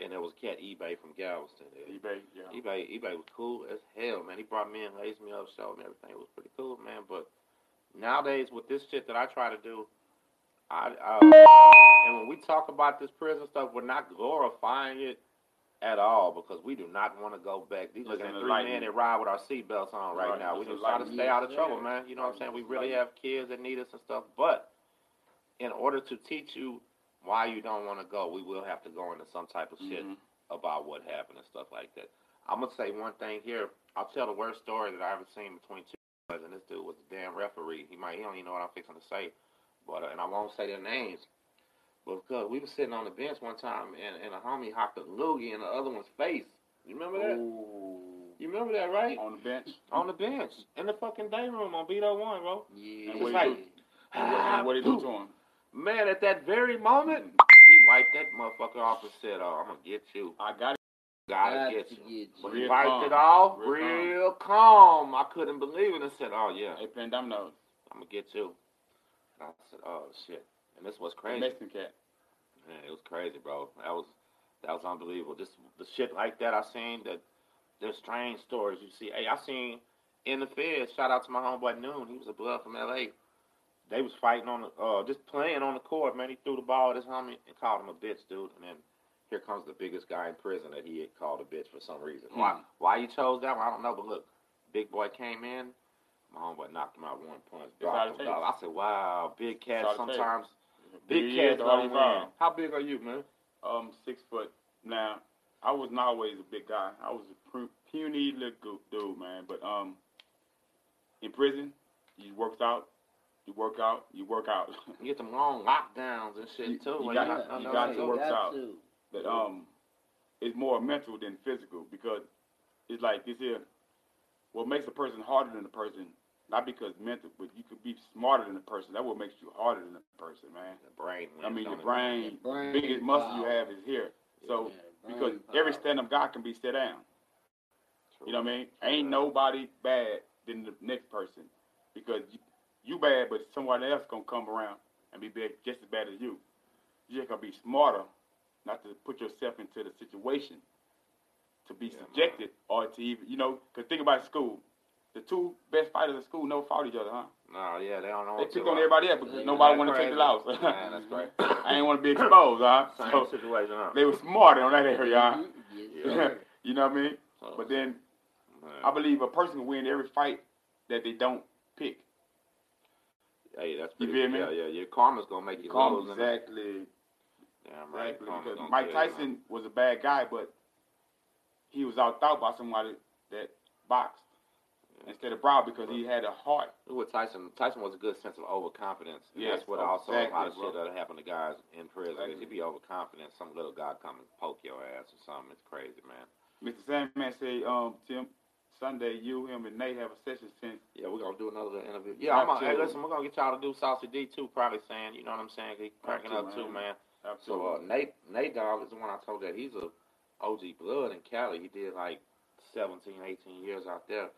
[SPEAKER 1] and there was Cat eBay from Galveston.
[SPEAKER 2] eBay, yeah.
[SPEAKER 1] eBay eBay was cool as hell, man. He brought me in, raised me up, showed me everything. It was pretty cool, man. But nowadays with this shit that I try to do, I uh, and when we talk about this prison stuff, we're not glorifying it at all because we do not want to go back. These
[SPEAKER 2] It's
[SPEAKER 1] looking at
[SPEAKER 2] an
[SPEAKER 1] three men
[SPEAKER 2] enlightenment.
[SPEAKER 1] that ride with our seatbelts on right,
[SPEAKER 2] Right,
[SPEAKER 1] now. We
[SPEAKER 2] it's
[SPEAKER 1] just try to
[SPEAKER 2] enlightenment.
[SPEAKER 1] stay out of
[SPEAKER 3] Yes,
[SPEAKER 1] trouble,
[SPEAKER 3] sir.
[SPEAKER 1] man. You know what I'm saying? We really have
[SPEAKER 2] Enlightenment.
[SPEAKER 1] kids that need us and stuff, but in order to teach you why you don't want to go, we will have to go into some type of shit
[SPEAKER 2] Mhm.
[SPEAKER 1] about what happened and stuff like that. I'm gonna say one thing here. I'll tell the worst story that I ever seen between two guys, and this dude was a damn referee. He might he don't even know what I'm fixing to say, but uh, and I won't say their names, but because we were sitting on the bench one time and, and a homie hocked a loogie in the other one's face. You remember that?
[SPEAKER 2] Ooh.
[SPEAKER 1] You remember that, right?
[SPEAKER 2] On the bench.
[SPEAKER 1] On the bench in the fucking day room on Beto One, bro.
[SPEAKER 3] Yeah.
[SPEAKER 2] And what
[SPEAKER 1] like-
[SPEAKER 2] he do, and what, and what he do to him?
[SPEAKER 1] Man, at that very moment, he wiped that motherfucker off and said, "Oh, I'm gonna get you.
[SPEAKER 2] I got it.
[SPEAKER 1] Gotta
[SPEAKER 3] Got
[SPEAKER 1] get
[SPEAKER 3] to
[SPEAKER 1] you."
[SPEAKER 3] get
[SPEAKER 1] But
[SPEAKER 3] you.
[SPEAKER 1] he
[SPEAKER 2] Real
[SPEAKER 1] wiped
[SPEAKER 2] calm.
[SPEAKER 1] it off real,
[SPEAKER 2] Real calm.
[SPEAKER 1] calm. I couldn't believe it. I said, "Oh yeah,
[SPEAKER 2] They playing dominoes.
[SPEAKER 1] I'm gonna get you." And I said, "Oh shit!" And this was
[SPEAKER 2] The
[SPEAKER 1] crazy.
[SPEAKER 2] Mexican cat.
[SPEAKER 1] Man, it was crazy, bro. That was that was unbelievable. Just the shit like that I seen. That there's strange stories you see. Hey, I seen in the feds. Shout out to my homeboy Noon. He was a blood from L.A. They was fighting on the, uh, just playing on the court, man. He threw the ball at his homie and called him a bitch, dude. And then here comes the biggest guy in prison that he had called a bitch for some reason. Why? Why he chose that one? I don't know. But look, big boy came in. My homeboy knocked him out one punch.
[SPEAKER 2] That's how it
[SPEAKER 1] dropped him, dog. I said, "Wow, big cat.
[SPEAKER 2] how it takes.
[SPEAKER 1] Sometimes
[SPEAKER 2] He
[SPEAKER 1] Big
[SPEAKER 2] is
[SPEAKER 1] cat,
[SPEAKER 2] all
[SPEAKER 1] don't win.
[SPEAKER 2] around.
[SPEAKER 1] How big are you, man?
[SPEAKER 2] Um, six foot. Now, I wasn't always a big guy. I was a pu- puny little goo- dude, man. But um, in prison, you worked out, you work out, you work out.
[SPEAKER 1] You get them long lockdowns and shit
[SPEAKER 2] You-
[SPEAKER 1] too.
[SPEAKER 2] you
[SPEAKER 1] when
[SPEAKER 2] got-
[SPEAKER 1] not- not
[SPEAKER 2] you
[SPEAKER 1] nothing
[SPEAKER 2] got
[SPEAKER 1] to
[SPEAKER 2] to
[SPEAKER 1] do.
[SPEAKER 2] work
[SPEAKER 3] got
[SPEAKER 2] out.
[SPEAKER 3] to.
[SPEAKER 2] that um is more mental than physical because it's like this here what makes a person harder than a person not because mental but you could be smarter than a person that what makes you harder than a person man
[SPEAKER 1] The brain.
[SPEAKER 2] i mean
[SPEAKER 1] wins
[SPEAKER 2] your
[SPEAKER 1] on it.
[SPEAKER 2] brain
[SPEAKER 3] The brain
[SPEAKER 2] the biggest muscle you
[SPEAKER 3] power.
[SPEAKER 2] have is here so
[SPEAKER 3] Yeah,
[SPEAKER 2] because
[SPEAKER 3] brain
[SPEAKER 2] every
[SPEAKER 3] power.
[SPEAKER 2] stand-up guy can be set down You know what I mean? Ain't nobody bad than the next person because you, you bad, but someone else gonna come around and be bad, just as bad as you. You just gotta be smarter, not to put yourself into the situation to be
[SPEAKER 1] Yeah,
[SPEAKER 2] subjected or to even, you know, because think about school. The two best fighters in school never fought each other, huh?
[SPEAKER 1] No, yeah, they don't know.
[SPEAKER 2] They
[SPEAKER 1] what to
[SPEAKER 2] pick
[SPEAKER 1] do.
[SPEAKER 2] on everybody else because
[SPEAKER 3] That's
[SPEAKER 2] nobody want to take the
[SPEAKER 1] crazy.
[SPEAKER 2] loss.
[SPEAKER 1] Man, that's
[SPEAKER 3] Mhm.
[SPEAKER 1] crazy.
[SPEAKER 2] I ain't want to be exposed, huh?
[SPEAKER 1] Same Mm-hmm.
[SPEAKER 2] So
[SPEAKER 1] situation, huh?
[SPEAKER 2] they were smarter on that area, huh?
[SPEAKER 3] Mhm. Yes,
[SPEAKER 1] Yeah.
[SPEAKER 3] sir.
[SPEAKER 2] you know what I mean?
[SPEAKER 1] So,
[SPEAKER 2] But then
[SPEAKER 1] man,
[SPEAKER 2] I believe a person can win every fight that they don't pick.
[SPEAKER 1] hey, that's
[SPEAKER 2] You
[SPEAKER 1] pretty,
[SPEAKER 2] feel me?
[SPEAKER 1] Yeah, yeah, your karma's gonna make you
[SPEAKER 2] Karma,
[SPEAKER 1] lose. and-
[SPEAKER 2] exactly,
[SPEAKER 1] Damn right.
[SPEAKER 2] exactly.
[SPEAKER 1] karma's
[SPEAKER 2] Because
[SPEAKER 1] gonna
[SPEAKER 2] Mike
[SPEAKER 1] kill you,
[SPEAKER 2] Tyson was a bad guy, but he was out thought by somebody that boxed
[SPEAKER 1] Yeah.
[SPEAKER 2] instead of brawl because he had a heart.
[SPEAKER 1] Look What Tyson Tyson was a good sense of overconfidence. And
[SPEAKER 2] Yes,
[SPEAKER 1] that's what also a lot of
[SPEAKER 2] exactly,
[SPEAKER 1] shit that happen to guys in prison.
[SPEAKER 2] Exactly.
[SPEAKER 1] If you be overconfident, some little guy come and poke your ass or something. It's crazy, man.
[SPEAKER 2] Mr. Sandman say, um, Tim, Sunday you, him, and Nate have a session since
[SPEAKER 1] Yeah, we're gonna do another little interview. Yeah, I'm gonna, hey,
[SPEAKER 2] Absolutely.
[SPEAKER 1] listen, we're gonna get y'all to do Saucy D too, probably saying, you know what I'm saying? He cracking up
[SPEAKER 2] Absolutely,
[SPEAKER 1] too,
[SPEAKER 2] man.
[SPEAKER 1] man.
[SPEAKER 2] after
[SPEAKER 1] So uh, Nate Nate Dog is the one I told that he's a OG blood in Cali. He did like 17, 18 years out there.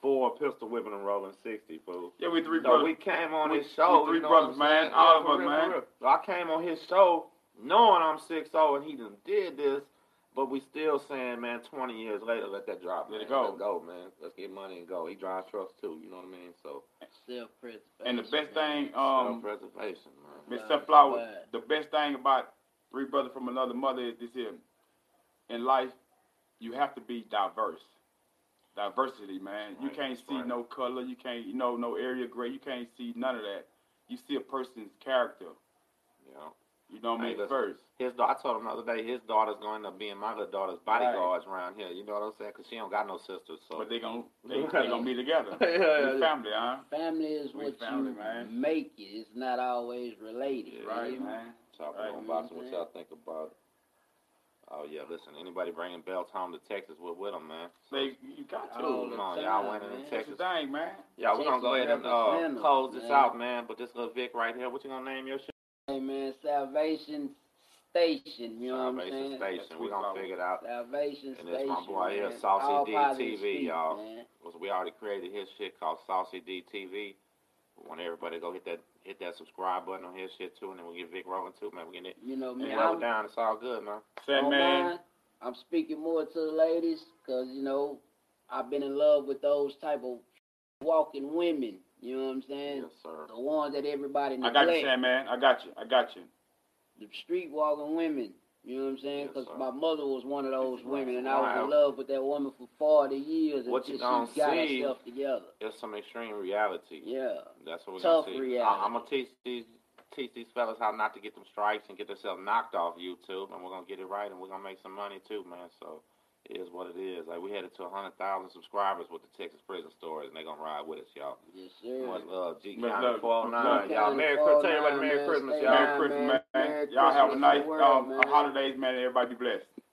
[SPEAKER 1] Four pistol whipping and rolling sixty, fool.
[SPEAKER 2] Yeah, we three
[SPEAKER 1] so
[SPEAKER 2] brothers.
[SPEAKER 1] we came on
[SPEAKER 2] we-
[SPEAKER 1] his show.
[SPEAKER 2] we three
[SPEAKER 1] you know
[SPEAKER 2] brothers,
[SPEAKER 1] what I'm saying?
[SPEAKER 2] man. All of
[SPEAKER 1] for
[SPEAKER 2] us,
[SPEAKER 1] real,
[SPEAKER 2] man.
[SPEAKER 1] for real. So I came on his show knowing I'm 6 0 and he done did this, but we still saying, man, 20 years later, let that drop.
[SPEAKER 2] Let
[SPEAKER 1] man.
[SPEAKER 2] it go.
[SPEAKER 1] Let's go, man. Let's get money and go. He drives trucks too, you know what I mean? So,
[SPEAKER 3] Self-preservation.
[SPEAKER 2] and the best
[SPEAKER 3] man.
[SPEAKER 2] thing,
[SPEAKER 1] self
[SPEAKER 2] um,
[SPEAKER 1] preservation, man.
[SPEAKER 2] Miss
[SPEAKER 3] Right,
[SPEAKER 2] Sunflower,
[SPEAKER 3] right.
[SPEAKER 2] the best thing about three brothers from another mother is this here. In life, you have to be diverse. Diversity, man. You
[SPEAKER 1] Right,
[SPEAKER 2] can't
[SPEAKER 1] that's
[SPEAKER 2] see
[SPEAKER 1] right.
[SPEAKER 2] no color. You can't, you know, no area grade. You can't see none of that. You see a person's character.
[SPEAKER 1] You know?
[SPEAKER 2] You know what I
[SPEAKER 1] Hey,
[SPEAKER 2] mean?
[SPEAKER 1] listen.
[SPEAKER 2] First.
[SPEAKER 1] His daughter, I told him the other day, his daughter's going to end up being my little daughter's
[SPEAKER 2] Right.
[SPEAKER 1] bodyguards around here. You know what I'm saying? Because she don't got no sisters. So,
[SPEAKER 2] But they gon' they, they gonna be together.
[SPEAKER 1] Yeah,
[SPEAKER 2] It's
[SPEAKER 1] yeah.
[SPEAKER 2] family, huh?
[SPEAKER 3] Family is
[SPEAKER 2] We
[SPEAKER 3] what
[SPEAKER 2] family,
[SPEAKER 3] you
[SPEAKER 2] man.
[SPEAKER 3] make it. It's not always related.
[SPEAKER 1] Yeah,
[SPEAKER 3] you
[SPEAKER 2] Right,
[SPEAKER 3] hear me?
[SPEAKER 2] man.
[SPEAKER 1] talking
[SPEAKER 2] Right,
[SPEAKER 1] on
[SPEAKER 2] you
[SPEAKER 3] know what
[SPEAKER 1] boxing,
[SPEAKER 3] I'm
[SPEAKER 1] what
[SPEAKER 3] saying?
[SPEAKER 1] y'all think about it. Oh, yeah, listen, anybody bringing belts home to Texas, we're with them, man.
[SPEAKER 2] They you got to.
[SPEAKER 3] All the
[SPEAKER 1] Come on,
[SPEAKER 3] time,
[SPEAKER 1] y'all winning in
[SPEAKER 3] man.
[SPEAKER 2] That's
[SPEAKER 1] Texas.
[SPEAKER 2] the thing, man.
[SPEAKER 1] Yeah, we're gonna
[SPEAKER 3] Texas
[SPEAKER 1] go ahead and uh,
[SPEAKER 3] representative,
[SPEAKER 1] close this
[SPEAKER 3] man.
[SPEAKER 1] out, man. But this little Vic right here, what you gonna name your shit?
[SPEAKER 3] Hey man, Salvation Station. You
[SPEAKER 1] Salvation
[SPEAKER 3] know what I'm saying?
[SPEAKER 1] Station.
[SPEAKER 2] That's
[SPEAKER 1] We're
[SPEAKER 2] what
[SPEAKER 1] gonna
[SPEAKER 2] it's
[SPEAKER 1] figure it out.
[SPEAKER 3] Salvation
[SPEAKER 1] And that's
[SPEAKER 3] Station.
[SPEAKER 1] my boy here,
[SPEAKER 3] man.
[SPEAKER 1] Saucy
[SPEAKER 3] All
[SPEAKER 1] D TV,
[SPEAKER 3] positive speak,
[SPEAKER 1] y'all.
[SPEAKER 3] Man.
[SPEAKER 1] Was we already created his shit called Saucy D TV. We want everybody to go hit that hit that subscribe button on his shit too, and then we get Vic rolling too, man. We get it.
[SPEAKER 3] You know,
[SPEAKER 1] And
[SPEAKER 3] man.
[SPEAKER 1] roll
[SPEAKER 3] I'm,
[SPEAKER 1] down, it's all good, man.
[SPEAKER 2] Sandman.
[SPEAKER 3] on mine, I'm speaking more to the ladies because you know I've been in love with those type of walking women. You know what I'm saying?
[SPEAKER 1] yes, sir.
[SPEAKER 3] The ones that everybody
[SPEAKER 2] I
[SPEAKER 3] neglect.
[SPEAKER 2] got you, Sandman. I got you. I got you.
[SPEAKER 3] the street walking women. You know what I'm saying?
[SPEAKER 1] Yes,
[SPEAKER 3] Because
[SPEAKER 1] sir.
[SPEAKER 3] my mother was one of those women, and I was
[SPEAKER 1] Wow.
[SPEAKER 3] in love with that woman for 40 years
[SPEAKER 1] What you
[SPEAKER 3] until
[SPEAKER 1] don't
[SPEAKER 3] she got
[SPEAKER 1] see-
[SPEAKER 3] herself together.
[SPEAKER 1] It's some extreme reality.
[SPEAKER 3] Yeah.
[SPEAKER 1] That's what we're
[SPEAKER 3] Tough
[SPEAKER 1] gonna see.
[SPEAKER 3] reality.
[SPEAKER 1] I, am gonna teach these teach these fellas how not to get them strikes and get themselves knocked off YouTube, and we're gonna get it right, and we're gonna make some money too, man. So it is what it is. Like we headed to a hundred thousand subscribers with the Texas prison stories, and they're gonna ride with us, y'all.
[SPEAKER 3] Yes, sir.
[SPEAKER 1] Much love, G
[SPEAKER 2] Much
[SPEAKER 1] County
[SPEAKER 2] love.
[SPEAKER 1] twelve nine,
[SPEAKER 2] Much
[SPEAKER 1] y'all.
[SPEAKER 3] love.
[SPEAKER 1] Merry
[SPEAKER 3] Twelve
[SPEAKER 1] Christmas, everybody.
[SPEAKER 3] nine,
[SPEAKER 1] Merry
[SPEAKER 3] man.
[SPEAKER 1] Christmas,
[SPEAKER 3] Stay
[SPEAKER 1] y'all.
[SPEAKER 2] Merry
[SPEAKER 3] Yeah,
[SPEAKER 2] Christmas,
[SPEAKER 3] man.
[SPEAKER 2] man.
[SPEAKER 3] Merry
[SPEAKER 2] Y'all have a
[SPEAKER 3] Christmas
[SPEAKER 2] nice
[SPEAKER 3] to the world,
[SPEAKER 2] um,
[SPEAKER 3] man.
[SPEAKER 2] holidays, man. Everybody be blessed.